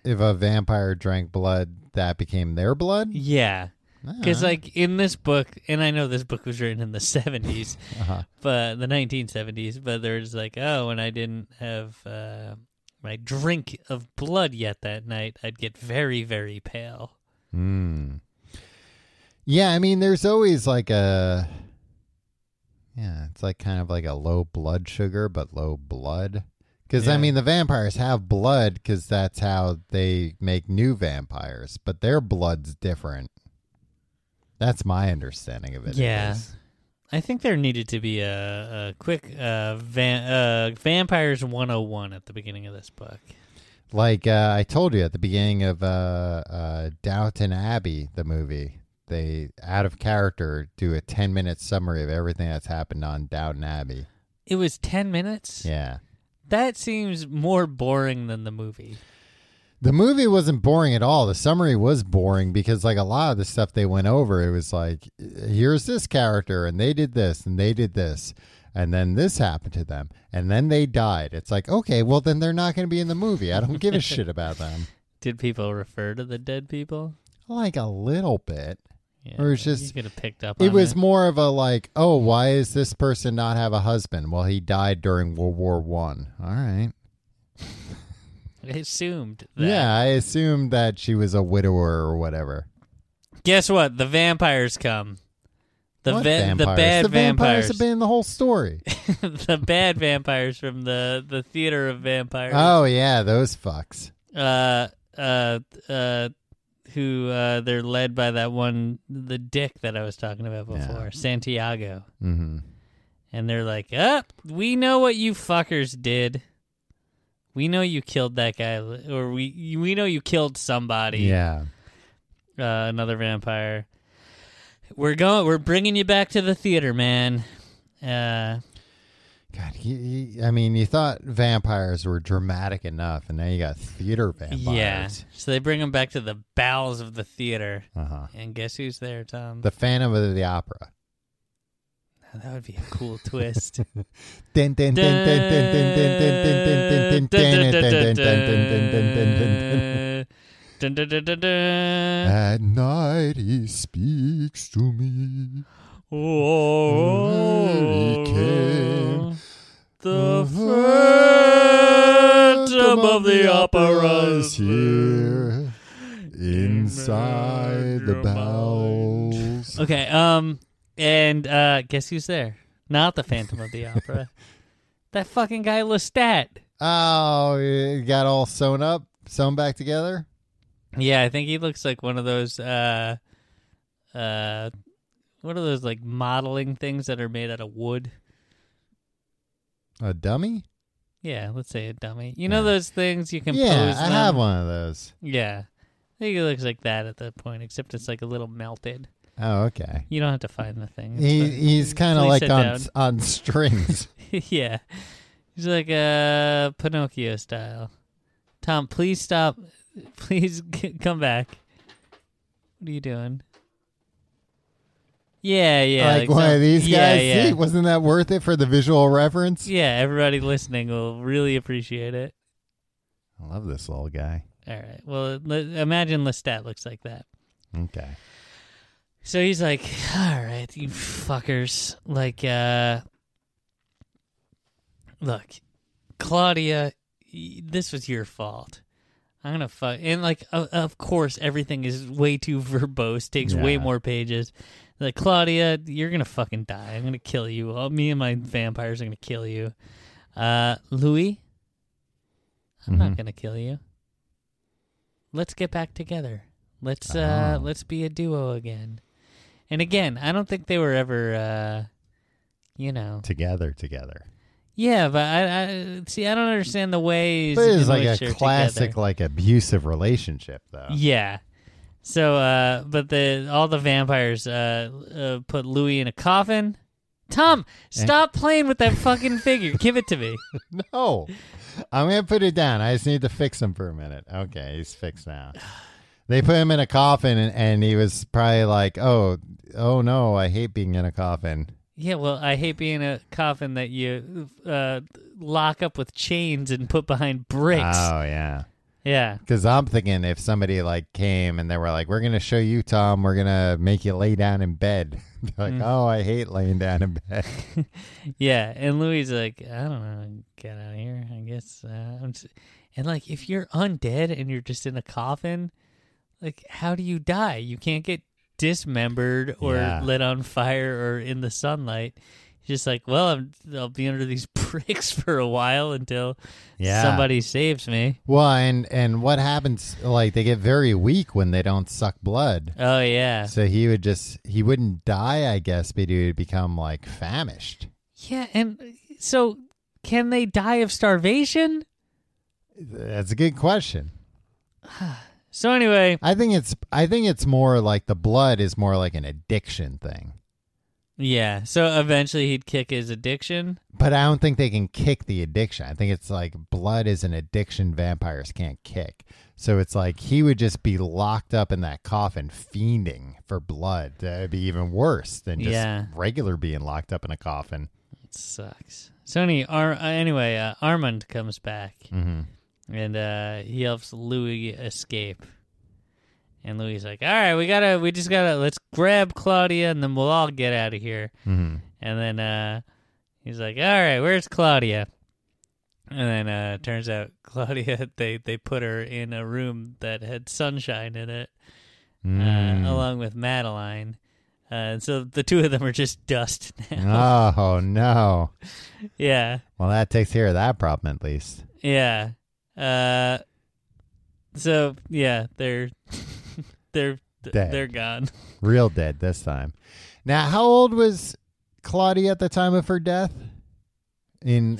Speaker 2: if a vampire drank blood, that became their blood.
Speaker 1: Yeah. Because,
Speaker 2: Ah.
Speaker 1: like, in this book, and I know this book was written in the (laughs) 70s,
Speaker 2: Uh-huh.
Speaker 1: but the 1970s, but there's like, oh, when I didn't have uh, my drink of blood yet that night, I'd get very, very pale.
Speaker 2: Hmm. Yeah, I mean, there's always like a Yeah, it's like kind of like a low blood sugar, but low blood. Because I
Speaker 1: Yeah.
Speaker 2: mean, the vampires have blood because that's how they make new vampires, but their blood's different. That's my understanding of it. at
Speaker 1: Yeah.
Speaker 2: least.
Speaker 1: I think there needed to be a, a quick uh, van, uh, Vampires 101 at the beginning of this book.
Speaker 2: Like uh, I told you at the beginning of uh, uh, Downton Abbey, the movie, they out of character do a ten minute summary of everything that's happened on Downton Abbey.
Speaker 1: It was 10 minutes?
Speaker 2: Yeah.
Speaker 1: That seems more boring than the movie.
Speaker 2: The movie wasn't boring at all. The summary was boring because, like, a lot of the stuff they went over, it was like, here's this character, and they did this, and they did this, and then this happened to them, and then they died. It's like, okay, well, then they're not going to be in the movie. I don't give a shit about them.
Speaker 1: Did people refer to the dead people?
Speaker 2: (laughs) Like, a little bit.
Speaker 1: Yeah,
Speaker 2: Or it's just-
Speaker 1: you could have picked up.
Speaker 2: It
Speaker 1: on
Speaker 2: was more of a like, oh, why is this person not have a husband? Well, he died during World War One. All right.
Speaker 1: I assumed. That.
Speaker 2: Yeah, I assumed that she was a widower or whatever.
Speaker 1: Guess what? The vampires come. The va-
Speaker 2: What
Speaker 1: the
Speaker 2: vampires?
Speaker 1: bad
Speaker 2: the vampires
Speaker 1: vampires.
Speaker 2: have been in the whole story.
Speaker 1: (laughs) the bad vampires from the the theater of vampires.
Speaker 2: Oh yeah, those fucks.
Speaker 1: Uh, uh, uh, who uh, they're led by that one, the dick that I was talking about
Speaker 2: Yeah.
Speaker 1: before, Santiago,
Speaker 2: hmm
Speaker 1: and they're like, "Up, we know what you fuckers did. We know you killed that guy, or we we know you killed somebody."
Speaker 2: Yeah,
Speaker 1: uh, another vampire. We're going. We're bringing you back to the theater, man. Uh,
Speaker 2: God. You, you- I mean, you thought vampires were dramatic enough, and now you got theater
Speaker 1: yeah.
Speaker 2: vampires.
Speaker 1: So they bring him back to the bowels of the theater,
Speaker 2: Uh huh.
Speaker 1: and guess who's there, Tom?
Speaker 2: The Phantom of the Opera.
Speaker 1: that would be a cool twist.
Speaker 2: Dun, dun, dun, dun, dun, dun, dun, dun, dun, dun, dun, dun, dun, dun, dun, dun, dun, dun, dun, dun.
Speaker 1: Dun-dun-dun-dun-dun.
Speaker 2: At night he speaks to me.
Speaker 1: Oh,
Speaker 2: He came.
Speaker 1: The phantom of the opera
Speaker 2: is here inside the
Speaker 1: your mind.
Speaker 2: bowels.
Speaker 1: Okay. Um. And uh, guess who's there? Not the Phantom of
Speaker 2: (laughs)
Speaker 1: the Opera. that fucking guy Lestat.
Speaker 2: Oh, it got all sewn up, sewn back together.
Speaker 1: Yeah, I think he looks like one of those. Uh. Uh. What are those like modeling things that are made out of wood?
Speaker 2: A dummy?
Speaker 1: Yeah, let's say a dummy. You know
Speaker 2: Yeah.
Speaker 1: those things you compose.
Speaker 2: yeah, I
Speaker 1: them?
Speaker 2: have one of those.
Speaker 1: Yeah, I think it looks like that at that point, except it's like a little melted.
Speaker 2: Oh, okay.
Speaker 1: You don't have to find the thing. It's
Speaker 2: He,
Speaker 1: fine.
Speaker 2: he's kind of
Speaker 1: Please
Speaker 2: like
Speaker 1: sit
Speaker 2: on
Speaker 1: down.
Speaker 2: on strings.
Speaker 1: yeah. He's like uh Pinocchio style. Tom, please stop. (laughs) Please (laughs) c- come back. What are you doing? Yeah, (laughs) yeah.
Speaker 2: like, one
Speaker 1: some-
Speaker 2: of these guys.
Speaker 1: Yeah, yeah.
Speaker 2: See, wasn't that worth it for the visual reference?
Speaker 1: yeah, everybody listening will really appreciate it.
Speaker 2: I love this little guy.
Speaker 1: All right. Well, l- imagine Lestat looks like that.
Speaker 2: Okay.
Speaker 1: So he's like, "All right, you fuckers. Like, uh, look, Claudia, y- this was your fault. I'm gonna fuck." And like, o- of course, everything is way too (laughs) verbose. Takes way
Speaker 2: Yeah.
Speaker 1: more pages. Like, Claudia, you're gonna fucking die. I'm gonna kill you. All, me and my vampires are gonna kill you. Uh, Louis, I'm not
Speaker 2: Mhm.
Speaker 1: gonna kill you. Let's get back together. Let's uh
Speaker 2: Oh.
Speaker 1: let's be a duo again. And again, I don't think they were ever uh you know.
Speaker 2: Together, together.
Speaker 1: Yeah, but I, I see I don't understand the ways
Speaker 2: But it's
Speaker 1: in
Speaker 2: like
Speaker 1: which
Speaker 2: a
Speaker 1: they're
Speaker 2: classic,
Speaker 1: together.
Speaker 2: like abusive relationship, though. (laughs)
Speaker 1: Yeah. So uh but the all the vampires uh, uh put Louis in a coffin.
Speaker 2: Eh?
Speaker 1: Tom, stop playing with that fucking figure. Give it to me.
Speaker 2: No, Oh, I'm gonna put it down. I just need to fix him for a minute. Okay, he's fixed now. They put him in a coffin, and, and he was probably like, "Oh, oh no, I hate being in a coffin."
Speaker 1: Yeah, well, I hate being a coffin that you uh, lock up with chains and put behind bricks.
Speaker 2: Oh yeah,
Speaker 1: yeah,
Speaker 2: because I'm thinking if somebody like came and they were like, "We're gonna show you, Tom. We're gonna make you lay down in bed." (laughs) They're
Speaker 1: Mm.
Speaker 2: like, "Oh, I hate laying down in bed." (laughs)
Speaker 1: yeah. And Louis like, I don't know, get out of here. I guess. Uh, I'm s And like, if you're undead and you're just in a coffin, like, how do you die? You can't get dismembered or
Speaker 2: Yeah.
Speaker 1: lit on fire or in the sunlight. She's just like, well, I'm, I'll be under these (laughs) bricks for a while until
Speaker 2: Yeah.
Speaker 1: somebody saves me.
Speaker 2: Well, and and what happens? Like they get very weak when they don't suck blood.
Speaker 1: Oh yeah,
Speaker 2: So he would just he wouldn't die, I guess, but he would become like famished.
Speaker 1: yeah. And so, can they die of starvation?
Speaker 2: That's a good question.
Speaker 1: So anyway,
Speaker 2: I think it's I think it's more like the blood is more like an addiction thing.
Speaker 1: yeah. So eventually, he'd kick his addiction.
Speaker 2: But I don't think they can kick the addiction. I think it's like blood is an addiction vampires can't kick. So it's like he would just be locked up in that coffin fiending for blood. That'd be even worse than just
Speaker 1: Yeah.
Speaker 2: regular being locked up in a coffin.
Speaker 1: Sucks. So any, Ar- uh, anyway, uh, Armand comes back
Speaker 2: Mm-hmm.
Speaker 1: and uh, he helps Louis escape. And Louis like, "All right, we gotta, we just gotta, let's grab Claudia, and then we'll all get out of here."
Speaker 2: Mhm.
Speaker 1: And then uh, he's like, "All right, where's Claudia?" And then uh, turns out (laughs) Claudia, they they put her in a room that had sunshine in it,
Speaker 2: Mm.
Speaker 1: uh, along with Madeline. Uh, and so the two of them are just dust (laughs) now.
Speaker 2: (laughs) Oh no.
Speaker 1: yeah.
Speaker 2: Well, that takes care of that problem at least.
Speaker 1: Yeah. Uh so yeah, they're (laughs) they're
Speaker 2: Dead.
Speaker 1: they're gone.
Speaker 2: Real dead this time. Now, how old was Claudia at the time of her death? In,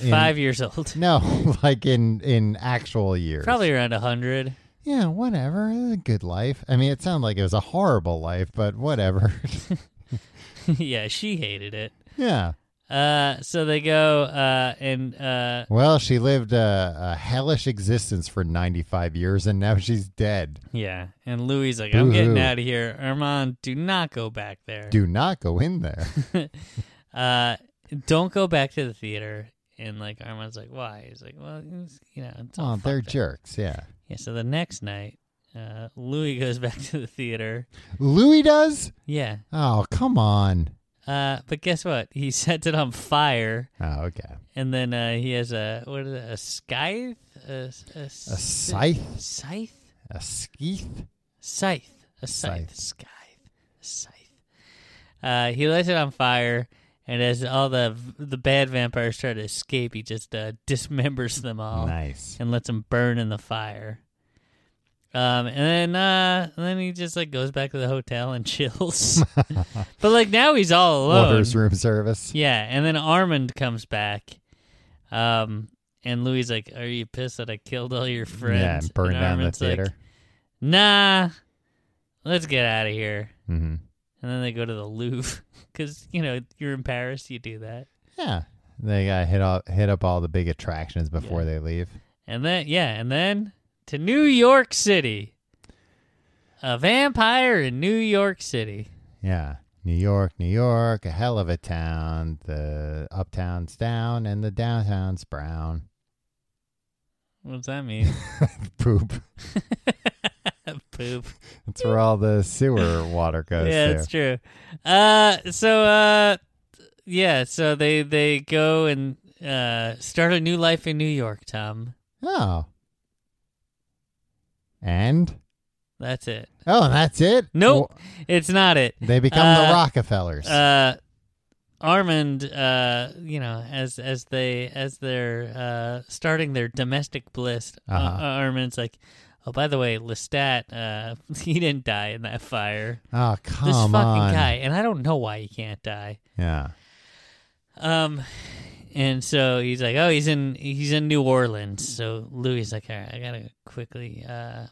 Speaker 1: (laughs)
Speaker 2: in
Speaker 1: 5 years old.
Speaker 2: (laughs) No, (laughs) like in in actual years.
Speaker 1: Probably around 100.
Speaker 2: Yeah, whatever. It was a good life. I mean, it sounded like it was a horrible life, but whatever.
Speaker 1: (laughs)
Speaker 2: (laughs)
Speaker 1: yeah, she hated it.
Speaker 2: yeah.
Speaker 1: Uh so they go uh and uh
Speaker 2: Well, she lived a, a hellish existence for 95 years, and now she's dead.
Speaker 1: yeah, and Louis is like I'm getting
Speaker 2: Boo-hoo.
Speaker 1: out of here. Armand, do not go back there.
Speaker 2: Do not go in
Speaker 1: (laughs)
Speaker 2: there.
Speaker 1: Uh don't go back to the theater. And like Armand's like, "Why?" He's like, "Well, it's, you know, it's all
Speaker 2: oh, they're
Speaker 1: fucked up."
Speaker 2: jerks. Yeah.
Speaker 1: Yeah, so the next night, uh, Louis goes (laughs) back to the theater.
Speaker 2: Louis does?
Speaker 1: Yeah,
Speaker 2: Oh, come on.
Speaker 1: Uh, but guess what? He (laughs) sets it on fire,
Speaker 2: Oh, okay.
Speaker 1: and then uh, he has a what is it? A scythe? A, s- a s-
Speaker 2: A scythe?
Speaker 1: Scythe?
Speaker 2: A skeeth?
Speaker 1: Scythe? A scythe? Scythe?
Speaker 2: Scythe.
Speaker 1: A scythe? Uh, he lights it on fire, and as all the v- the bad vampires try to escape, he just uh, dismembers them
Speaker 2: Oh.
Speaker 1: all
Speaker 2: Nice.
Speaker 1: and lets them burn in the fire. Um, and then uh, and then he just like goes back to the hotel and (laughs)
Speaker 2: (laughs)
Speaker 1: chills. but like now he's all alone.
Speaker 2: Orders room service.
Speaker 1: Yeah, and then Armand comes back, um, and Louis is like, "Are you pissed that I killed all your friends?"
Speaker 2: Yeah, and burn down the
Speaker 1: Armand's like,
Speaker 2: theater.
Speaker 1: nah, let's get out of here.
Speaker 2: mm-hmm.
Speaker 1: And then they go to the Louvre (laughs) because you know you're in Paris, you do that,
Speaker 2: Yeah. They got hit up, hit up all the big attractions before
Speaker 1: Yeah.
Speaker 2: they leave.
Speaker 1: and then yeah, and then to New York City. A vampire in New York City.
Speaker 2: Yeah. New York, New York, a hell of a town. The uptown's down and the downtown's brown. (laughs)
Speaker 1: What does that mean?
Speaker 2: Poop.
Speaker 1: Poop.
Speaker 2: That's where all
Speaker 1: (laughs)
Speaker 2: the sewer water goes
Speaker 1: yeah,
Speaker 2: to.
Speaker 1: that's true. Uh, so uh, yeah, so they they go and uh, start a new life in New York. Tom,
Speaker 2: Oh. And?
Speaker 1: that's it.
Speaker 2: Oh, and that's it?
Speaker 1: Nope,
Speaker 2: Wh-
Speaker 1: it's not it.
Speaker 2: They become
Speaker 1: Uh,
Speaker 2: the Rockefellers.
Speaker 1: Uh, Armand, uh, you know, as as they as they're uh, starting their domestic bliss,
Speaker 2: Uh-huh.
Speaker 1: uh, Armand's like, oh, by the way, Lestat, uh, (laughs) he didn't die in that fire.
Speaker 2: oh, come
Speaker 1: This fucking
Speaker 2: on.
Speaker 1: guy, Uh, and I don't know why he can't die.
Speaker 2: Yeah.
Speaker 1: Um, and so he's like, "Oh, he's in he's in New Orleans." So Louis is like, "All right, I gotta quickly uh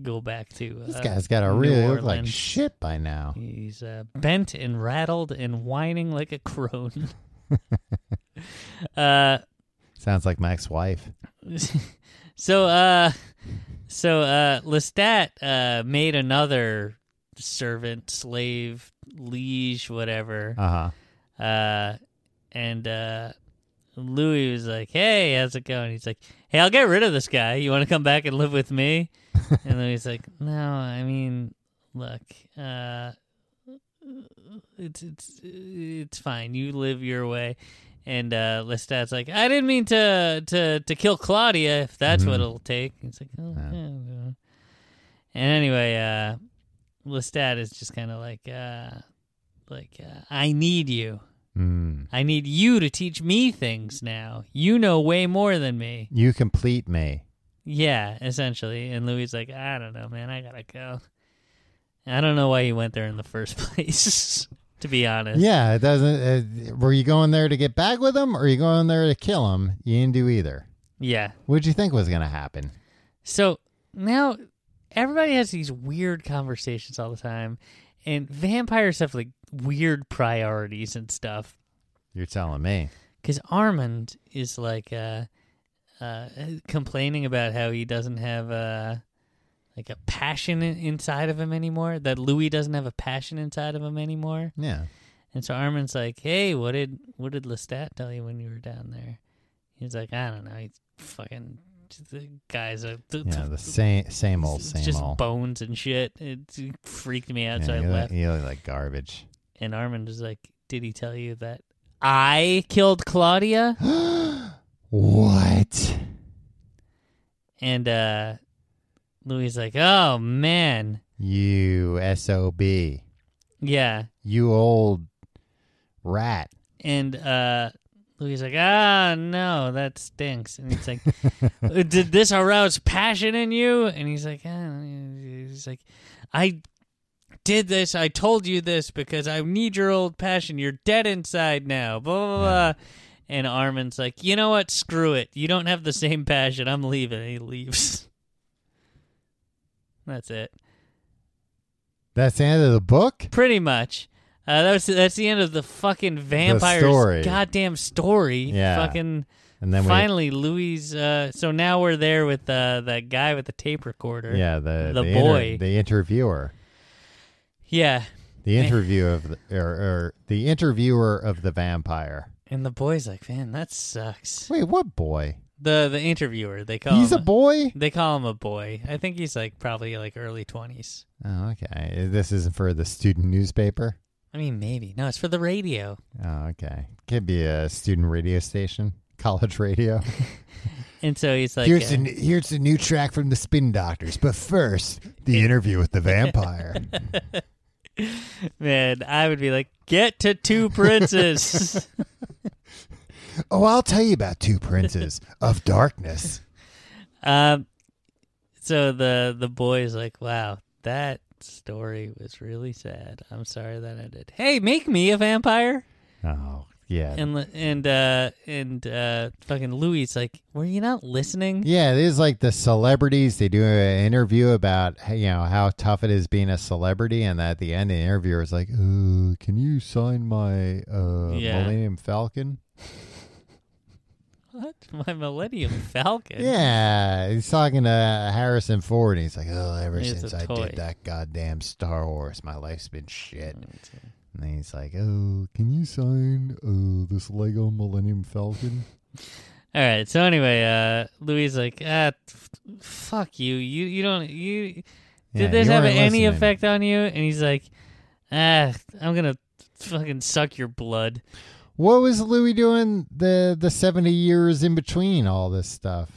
Speaker 1: go back to." Uh,
Speaker 2: This guy's got to
Speaker 1: New
Speaker 2: really look like
Speaker 1: Orleans.
Speaker 2: shit by now.
Speaker 1: He's uh, bent and rattled and whining like a crone. uh,
Speaker 2: Sounds like Mac's wife.
Speaker 1: so uh, so uh, Lestat uh made another servant, slave, liege, whatever.
Speaker 2: Uh huh.
Speaker 1: Uh, and uh, Louis was like, "Hey, how's it going?" He's like, "Hey, I'll get rid of this guy. You want to come back and live with me?" and Louis like, "No, I mean, look, uh, it's it's it's fine. You live your way." And uh, Lestat's like, "I didn't mean to to to kill Claudia. If that's what
Speaker 2: Mhm.
Speaker 1: it'll take." He's like, "Oh,
Speaker 2: Yeah.
Speaker 1: yeah, well." And anyway, uh, Lestat is just kind of like, uh, like uh, I need you.
Speaker 2: Mm.
Speaker 1: I need you to teach me things now. You know way more than me.
Speaker 2: You complete me.
Speaker 1: Yeah, essentially. And Louis is like, I don't know, man. I gotta go. I don't know why he went there in the first (laughs) place. to be honest.
Speaker 2: Yeah, it doesn't. Uh, were you going there to get back with him, or you going there to kill him? You didn't do either.
Speaker 1: Yeah.
Speaker 2: What'd you think was gonna happen?
Speaker 1: So now everybody has these weird conversations all the time, and vampires have like weird priorities and stuff.
Speaker 2: You're telling me.
Speaker 1: Because Armand is like uh, uh, complaining about how he doesn't have uh, like a passion in- inside of him anymore. That Louis doesn't have a passion inside of him anymore.
Speaker 2: Yeah.
Speaker 1: And so Armand's like, "Hey, what did what did Lestat tell you when you were down there?" He's like, "I don't know. He's fucking the guy's a
Speaker 2: Yeah. The same, same old,
Speaker 1: it's
Speaker 2: same
Speaker 1: just
Speaker 2: old.
Speaker 1: bones and shit. It freaked me out, so
Speaker 2: yeah,
Speaker 1: I
Speaker 2: you look-
Speaker 1: left.
Speaker 2: you look like garbage. (gasps)
Speaker 1: And Armand was like, "Did he tell you that I killed Claudia?"
Speaker 2: What?
Speaker 1: And uh, Louis is like, "Oh man,
Speaker 2: You sob.
Speaker 1: yeah."
Speaker 2: You old rat.
Speaker 1: And uh, Louis is like, "Ah no, that stinks." And he's like, "Did this arouse passion in you?" And he's like, I don't know." "He's like, I." Did this? I told you this because I need your old passion. You're dead inside now. Blah blah blah.
Speaker 2: Yeah.
Speaker 1: And Armin's like, you know what? Screw it. You don't have the same passion. I'm leaving. And he leaves. (laughs) That's it.
Speaker 2: That's the end of the book.
Speaker 1: Pretty much. Uh, that was, that's the end of the fucking vampire's
Speaker 2: story.
Speaker 1: goddamn story.
Speaker 2: Yeah.
Speaker 1: Fucking
Speaker 2: And then
Speaker 1: finally, Louis. Uh, so now we're there with uh, that guy with the tape recorder.
Speaker 2: we, yeah, the
Speaker 1: the
Speaker 2: inter-
Speaker 1: boy.
Speaker 2: the interviewer,
Speaker 1: Yeah. (laughs)
Speaker 2: the
Speaker 1: Man.
Speaker 2: interview of the, or, or the interviewer of the vampire.
Speaker 1: And the boy's like, man, that sucks.
Speaker 2: Wait, what boy?
Speaker 1: The the interviewer. They call
Speaker 2: He's
Speaker 1: him
Speaker 2: a boy.
Speaker 1: They call him a boy. I think he's like probably like early twenties.
Speaker 2: Oh, okay. This isn't for the student newspaper.
Speaker 1: I mean, maybe no. It's for the radio.
Speaker 2: Oh, okay. Could be a student radio station, college radio.
Speaker 1: And so he's like,
Speaker 2: here's
Speaker 1: uh,
Speaker 2: the n- here's the new track from the Spin Doctors, but first the interview with the vampire.
Speaker 1: man, I would be like, get to two
Speaker 2: (laughs)
Speaker 1: princes.
Speaker 2: oh, I'll tell you about two princes of darkness.
Speaker 1: um, so the the boy is like, wow, that story was really sad. I'm sorry that I did. Hey, make me a vampire.
Speaker 2: Oh, yeah.
Speaker 1: And li- and uh and uh fucking Louis like, were you not listening?
Speaker 2: Yeah, it is like the celebrities. They do an interview about hey, you know how tough it is being a celebrity, and at the end, the interviewer is like, uh, "Can you sign my uh,
Speaker 1: Yeah.
Speaker 2: Millennium Falcon?"
Speaker 1: What? My Millennium Falcon.
Speaker 2: Yeah, he's talking to Harrison Ford, and he's like, "Oh, ever
Speaker 1: It's a
Speaker 2: since I
Speaker 1: toy. Mm.
Speaker 2: did that goddamn Star Wars, my life's been shit." And then he's like, "Oh, can you sign uh, this Lego Millennium Falcon?"
Speaker 1: All right. So anyway, uh, Louis is like, ah, f- fuck you. You you don't you. Did
Speaker 2: Yeah,
Speaker 1: this
Speaker 2: you
Speaker 1: have
Speaker 2: weren't
Speaker 1: any
Speaker 2: listening.
Speaker 1: effect on you? And he's like, ah, I'm gonna fucking suck your blood.
Speaker 2: What was Louis doing the the seventy years in between all this stuff?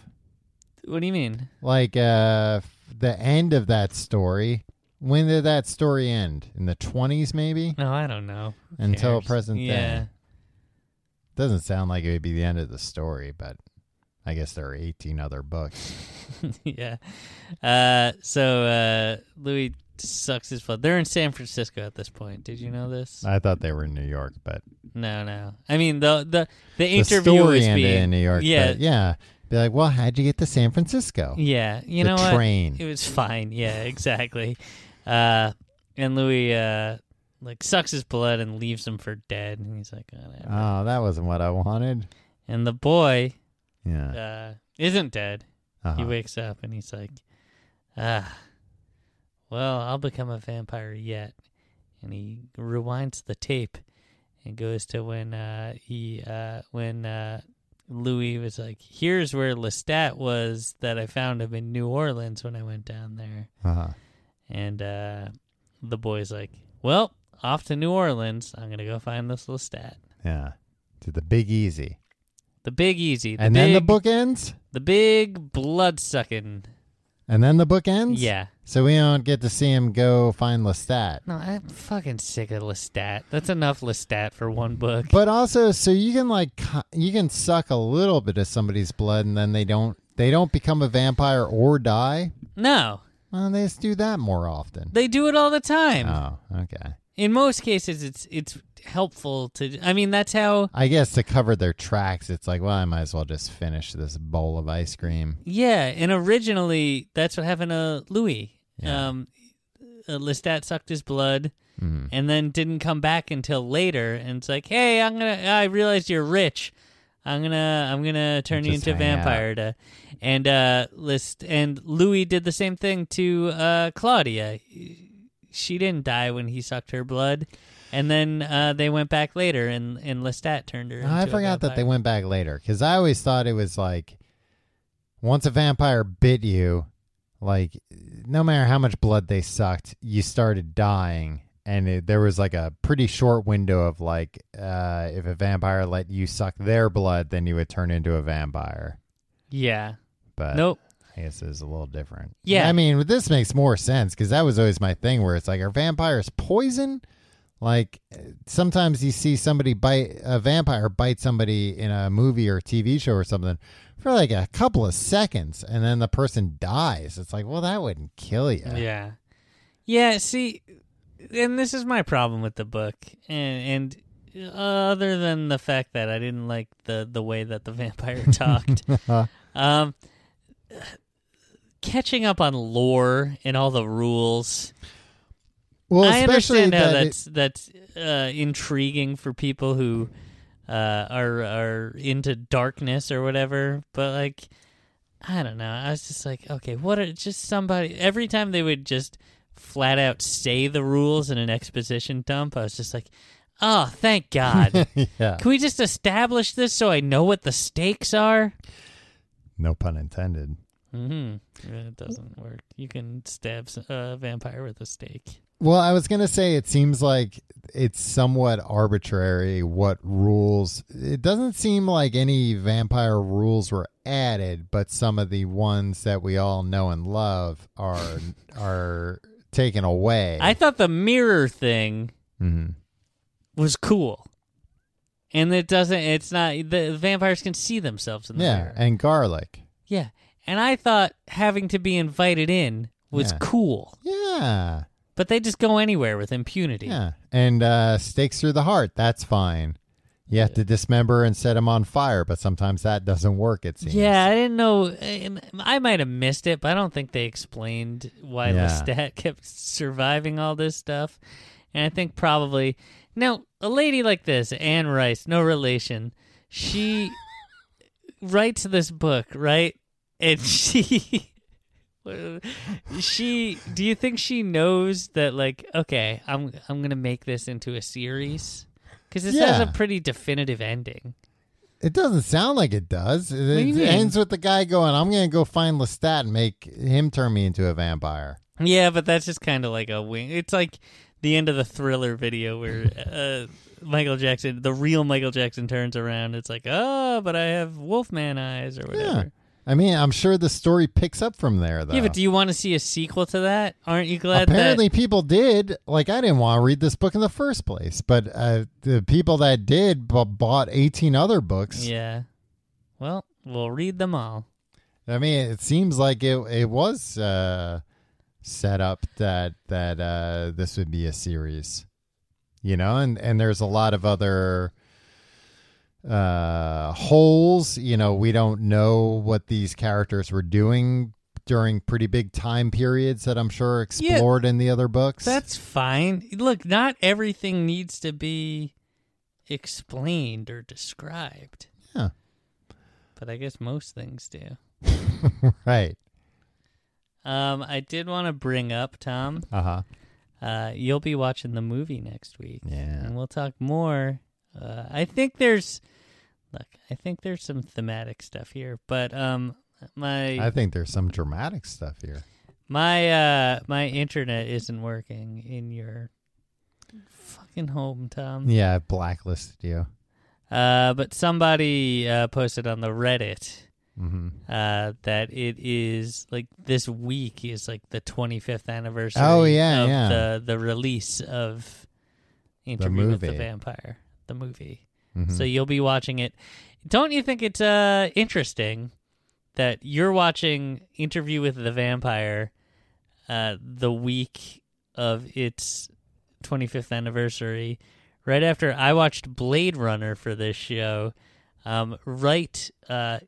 Speaker 1: What do you mean?
Speaker 2: like uh f- the end of that story when did that story end in the 20s maybe
Speaker 1: No, I don't know. Who
Speaker 2: Until
Speaker 1: cares?
Speaker 2: present day.
Speaker 1: Yeah.
Speaker 2: doesn't sound like it would be the end of the story but i guess there are 18 other books
Speaker 1: yeah. (laughs) Uh, so uh, Louis sucks his blood. They're in San Francisco at this point. Did you know this?
Speaker 2: i thought they were in new york but
Speaker 1: no, no. I mean the the the
Speaker 2: the
Speaker 1: interview
Speaker 2: story
Speaker 1: was
Speaker 2: ended
Speaker 1: being
Speaker 2: in new york
Speaker 1: Yeah.
Speaker 2: but yeah be like well how'd you get to san francisco
Speaker 1: yeah. You
Speaker 2: the
Speaker 1: know what?
Speaker 2: train
Speaker 1: It was fine. Yeah, exactly. Uh, and Louis uh, like sucks his blood and leaves him for dead. And he's like, whatever.
Speaker 2: oh that wasn't what i wanted
Speaker 1: and the boy
Speaker 2: yeah
Speaker 1: uh, isn't dead. He
Speaker 2: uh-huh.
Speaker 1: wakes up and he's like, ah, well, I'll become a vampire yet. And he rewinds the tape and goes to when uh, he uh, when uh, Louis was like, here's where Lestat was that I found him in New Orleans when I went down there.
Speaker 2: uh-huh.
Speaker 1: And uh, the boy's like, well, off to New Orleans. I'm gonna go find this Lestat.
Speaker 2: yeah to the big easy
Speaker 1: The Big Easy. The
Speaker 2: and
Speaker 1: big,
Speaker 2: then the book ends
Speaker 1: The big blood sucking.
Speaker 2: And then the book ends?
Speaker 1: Yeah.
Speaker 2: So we don't get to see him go find Lestat.
Speaker 1: No, I'm fucking sick of Lestat. That's enough Lestat for one book.
Speaker 2: But also, so you can like cu- you can suck a little bit of somebody's blood, and then they don't they don't become a vampire or die.
Speaker 1: No,
Speaker 2: Well, they just do that more often.
Speaker 1: they do it all the time.
Speaker 2: Oh, okay.
Speaker 1: In most cases, it's it's helpful to. I mean, that's how.
Speaker 2: I guess to cover their tracks, it's like, well, I might as well just finish this bowl of ice cream.
Speaker 1: Yeah, and originally that's what happened to Louis.
Speaker 2: Yeah.
Speaker 1: Um, uh, Lestat sucked his blood.
Speaker 2: Mm.
Speaker 1: and then didn't come back until later and it's like hey i'm gonna i realized you're rich i'm gonna i'm gonna turn you
Speaker 2: Just
Speaker 1: into a
Speaker 2: hang out."
Speaker 1: vampire to, and uh list and louis did the same thing to uh claudia she didn't die when he sucked her blood and then uh they went back later and and lestat turned her
Speaker 2: I
Speaker 1: into a
Speaker 2: forgot that they
Speaker 1: vampire.
Speaker 2: went back later because I always thought it was like once a vampire bit you, like no matter how much blood they sucked, you started dying. And it, there was like a pretty short window of like, uh, if a vampire let you suck their blood, then you would turn into a vampire.
Speaker 1: yeah
Speaker 2: But
Speaker 1: nope
Speaker 2: I guess it was a little different.
Speaker 1: Yeah.
Speaker 2: I mean, this makes more sense because that was always my thing where it's like, are vampires poison? Like uh, sometimes you see somebody bite a vampire bite somebody in a movie or TV show or something for like a couple of seconds and then the person dies. It's like, well, that wouldn't kill you.
Speaker 1: Yeah. Yeah, see and this is my problem with the book and and uh, other than the fact that I didn't like the the way that the (laughs) vampire talked. um catching up on lore and all the rules.
Speaker 2: Well,
Speaker 1: I
Speaker 2: especially
Speaker 1: understand how
Speaker 2: that it-
Speaker 1: that's that's uh, intriguing for people who uh, are are into darkness or whatever. But like, I don't know. I was just like, okay, what are just somebody? Every time they would just flat out say the rules in an exposition dump, I was just like, oh, thank
Speaker 2: (laughs)
Speaker 1: God.
Speaker 2: yeah.
Speaker 1: Can we just establish this so I know what the stakes are?
Speaker 2: No pun intended.
Speaker 1: Mm-hmm. It doesn't work. You can stab s- uh, a vampire with a stake.
Speaker 2: Well, I was going to say it seems like it's somewhat arbitrary what rules. It doesn't seem like any vampire rules were added, but some of the ones that we all know and love are are taken away.
Speaker 1: I Mm-hmm. thought the mirror thing
Speaker 2: Mhm.
Speaker 1: was cool. And it doesn't. It's not. The vampires can see themselves in the
Speaker 2: Yeah,
Speaker 1: mirror.
Speaker 2: and garlic.
Speaker 1: Yeah. And I thought having to be invited in was
Speaker 2: Yeah.
Speaker 1: cool,
Speaker 2: Yeah.
Speaker 1: but they just go anywhere with impunity.
Speaker 2: Yeah. And uh stakes through the heart, that's fine. You have to dismember and set them on fire, but sometimes that doesn't work it seems.
Speaker 1: Yeah, I didn't know. and I might have missed it, but I don't think they explained why
Speaker 2: Yeah.
Speaker 1: Lestat (laughs) kept surviving all this stuff. And I think probably now a lady like this, Anne Rice, no relation,
Speaker 2: (laughs)
Speaker 1: she writes this book, right? And (laughs) she, she, do you think she knows that? Like, okay, I'm I'm gonna make this into a series because this has a
Speaker 2: Yeah.
Speaker 1: pretty definitive ending.
Speaker 2: It doesn't sound like it does. It,
Speaker 1: do you
Speaker 2: it
Speaker 1: mean?
Speaker 2: ends with the guy going, "I'm going to go find Lestat and make him turn me into a vampire."
Speaker 1: Yeah, but that's just kind of like a wing. It's like the end of the thriller video where uh, Michael Jackson, the real Michael Jackson, turns around. It's like, oh, but I have Wolfman eyes or whatever.
Speaker 2: I mean, I'm sure the story picks up from there, though.
Speaker 1: Yeah, but do you want to see a sequel to that? Aren't you glad
Speaker 2: Apparently, people did. Like, I didn't want to read this book in the first place, but uh, the people that did b- bought 18 other
Speaker 1: that?
Speaker 2: books.
Speaker 1: Yeah. Well, we'll read them all.
Speaker 2: I mean, it seems like it it was uh, set up that that uh, this would be a series, you know, and and there's a lot of other uh, holes. You know, we don't know what these characters were doing during pretty big time periods that I'm sure are
Speaker 1: Yeah.
Speaker 2: explored in the other books.
Speaker 1: That's fine. Look, not everything needs to be explained or described.
Speaker 2: Yeah.
Speaker 1: But I guess most things do.
Speaker 2: right.
Speaker 1: Um, I did want to bring up, Tom,
Speaker 2: Uh huh.
Speaker 1: Uh, you'll be watching the movie next week,
Speaker 2: Yeah.
Speaker 1: and we'll talk more. Uh, I think there's, look, I think there's some thematic stuff here, but um, my
Speaker 2: I think there's some dramatic stuff here.
Speaker 1: my uh my internet isn't working in your fucking home, Tom.
Speaker 2: Yeah, I blacklisted you.
Speaker 1: Uh, but somebody uh, posted on the Reddit
Speaker 2: hmm
Speaker 1: uh, that it is like this week is like the 25th anniversary.
Speaker 2: Oh, yeah,
Speaker 1: of
Speaker 2: yeah.
Speaker 1: The the release of Interview with the
Speaker 2: movie.
Speaker 1: Vampire, the movie.
Speaker 2: Mhm.
Speaker 1: So you'll be watching it. Don't you think it's uh interesting that you're watching Interview with the Vampire uh, the week of its 25th anniversary, right after I watched Blade Runner for this show. Um, right uh,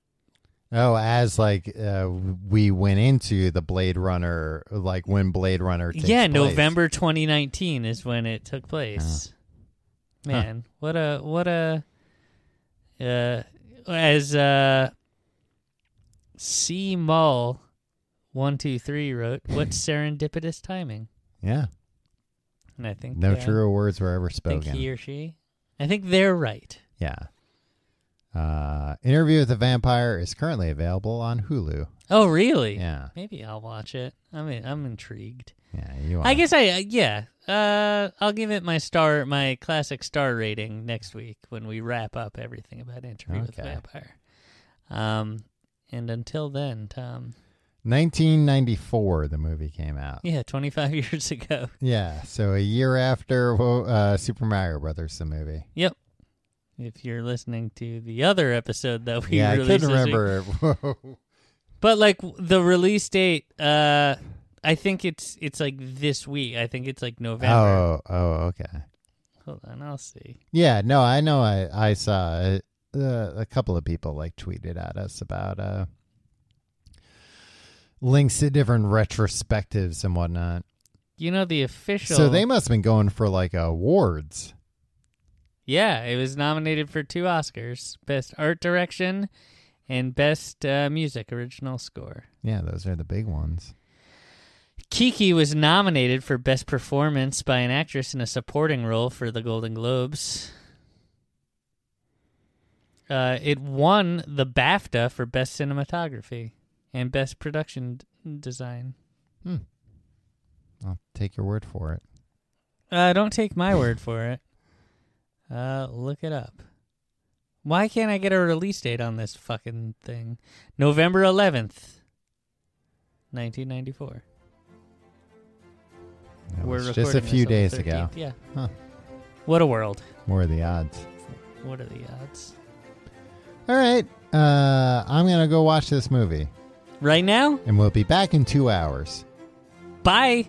Speaker 2: Oh, as like uh, we went into the Blade Runner, like when Blade Runner takes
Speaker 1: yeah
Speaker 2: place.
Speaker 1: november 2019 is when it took place
Speaker 2: Huh.
Speaker 1: man what a what a uh as uh c mull 123 wrote
Speaker 2: (laughs)
Speaker 1: what's serendipitous timing
Speaker 2: Yeah,
Speaker 1: and i think
Speaker 2: no Oh,
Speaker 1: uh,
Speaker 2: truer words were ever
Speaker 1: i think
Speaker 2: spoken.
Speaker 1: he or she i think they're right
Speaker 2: Yeah. Uh, Interview with the Vampire is currently available on Hulu.
Speaker 1: oh really
Speaker 2: Yeah,
Speaker 1: maybe i'll watch it i mean i'm intrigued
Speaker 2: yeah, you. Are.
Speaker 1: i guess i uh, yeah uh i'll give it my star my classic star rating next week when we wrap up everything about interview with the
Speaker 2: Okay.
Speaker 1: vampire um and until then tom
Speaker 2: 1994, the movie came
Speaker 1: (laughs)
Speaker 2: out.
Speaker 1: yeah 25 years ago
Speaker 2: Yeah, so a year after well, uh, Super Mario Brothers, the movie.
Speaker 1: yep if you're listening to the other episode that we
Speaker 2: yeah, I
Speaker 1: released
Speaker 2: couldn't
Speaker 1: this week.
Speaker 2: remember. (laughs)
Speaker 1: but like w- the release date uh i think it's it's like this week i think it's like november
Speaker 2: oh, oh, okay.
Speaker 1: hold on i'll see
Speaker 2: Yeah, no, I know. I I saw uh, a couple of people like tweeted at us about uh, links to different retrospectives and whatnot.
Speaker 1: you know the official
Speaker 2: So they must have been going for like awards.
Speaker 1: Yeah, it was nominated for two Oscars Best Art Direction and Best uh, Music Original Score.
Speaker 2: Yeah, those are the big ones.
Speaker 1: Kiki was nominated for Best Performance by an Actress in a Supporting Role for the Golden Globes. Uh, it won the BAFTA for Best Cinematography and Best Production d- Design.
Speaker 2: I'll take your word for it.
Speaker 1: Uh, don't take my word for it. Uh, look it up. Why can't I get a release date on this fucking thing? November 11th, 1994.
Speaker 2: That
Speaker 1: We're
Speaker 2: was
Speaker 1: recording
Speaker 2: just a
Speaker 1: this
Speaker 2: few
Speaker 1: on the
Speaker 2: days ago.
Speaker 1: 13th. Yeah.
Speaker 2: Huh.
Speaker 1: What a world.
Speaker 2: More of the odds.
Speaker 1: What are the odds?
Speaker 2: All right, uh, I'm gonna go watch this movie,
Speaker 1: Right now?
Speaker 2: and we'll be back in two hours.
Speaker 1: Bye.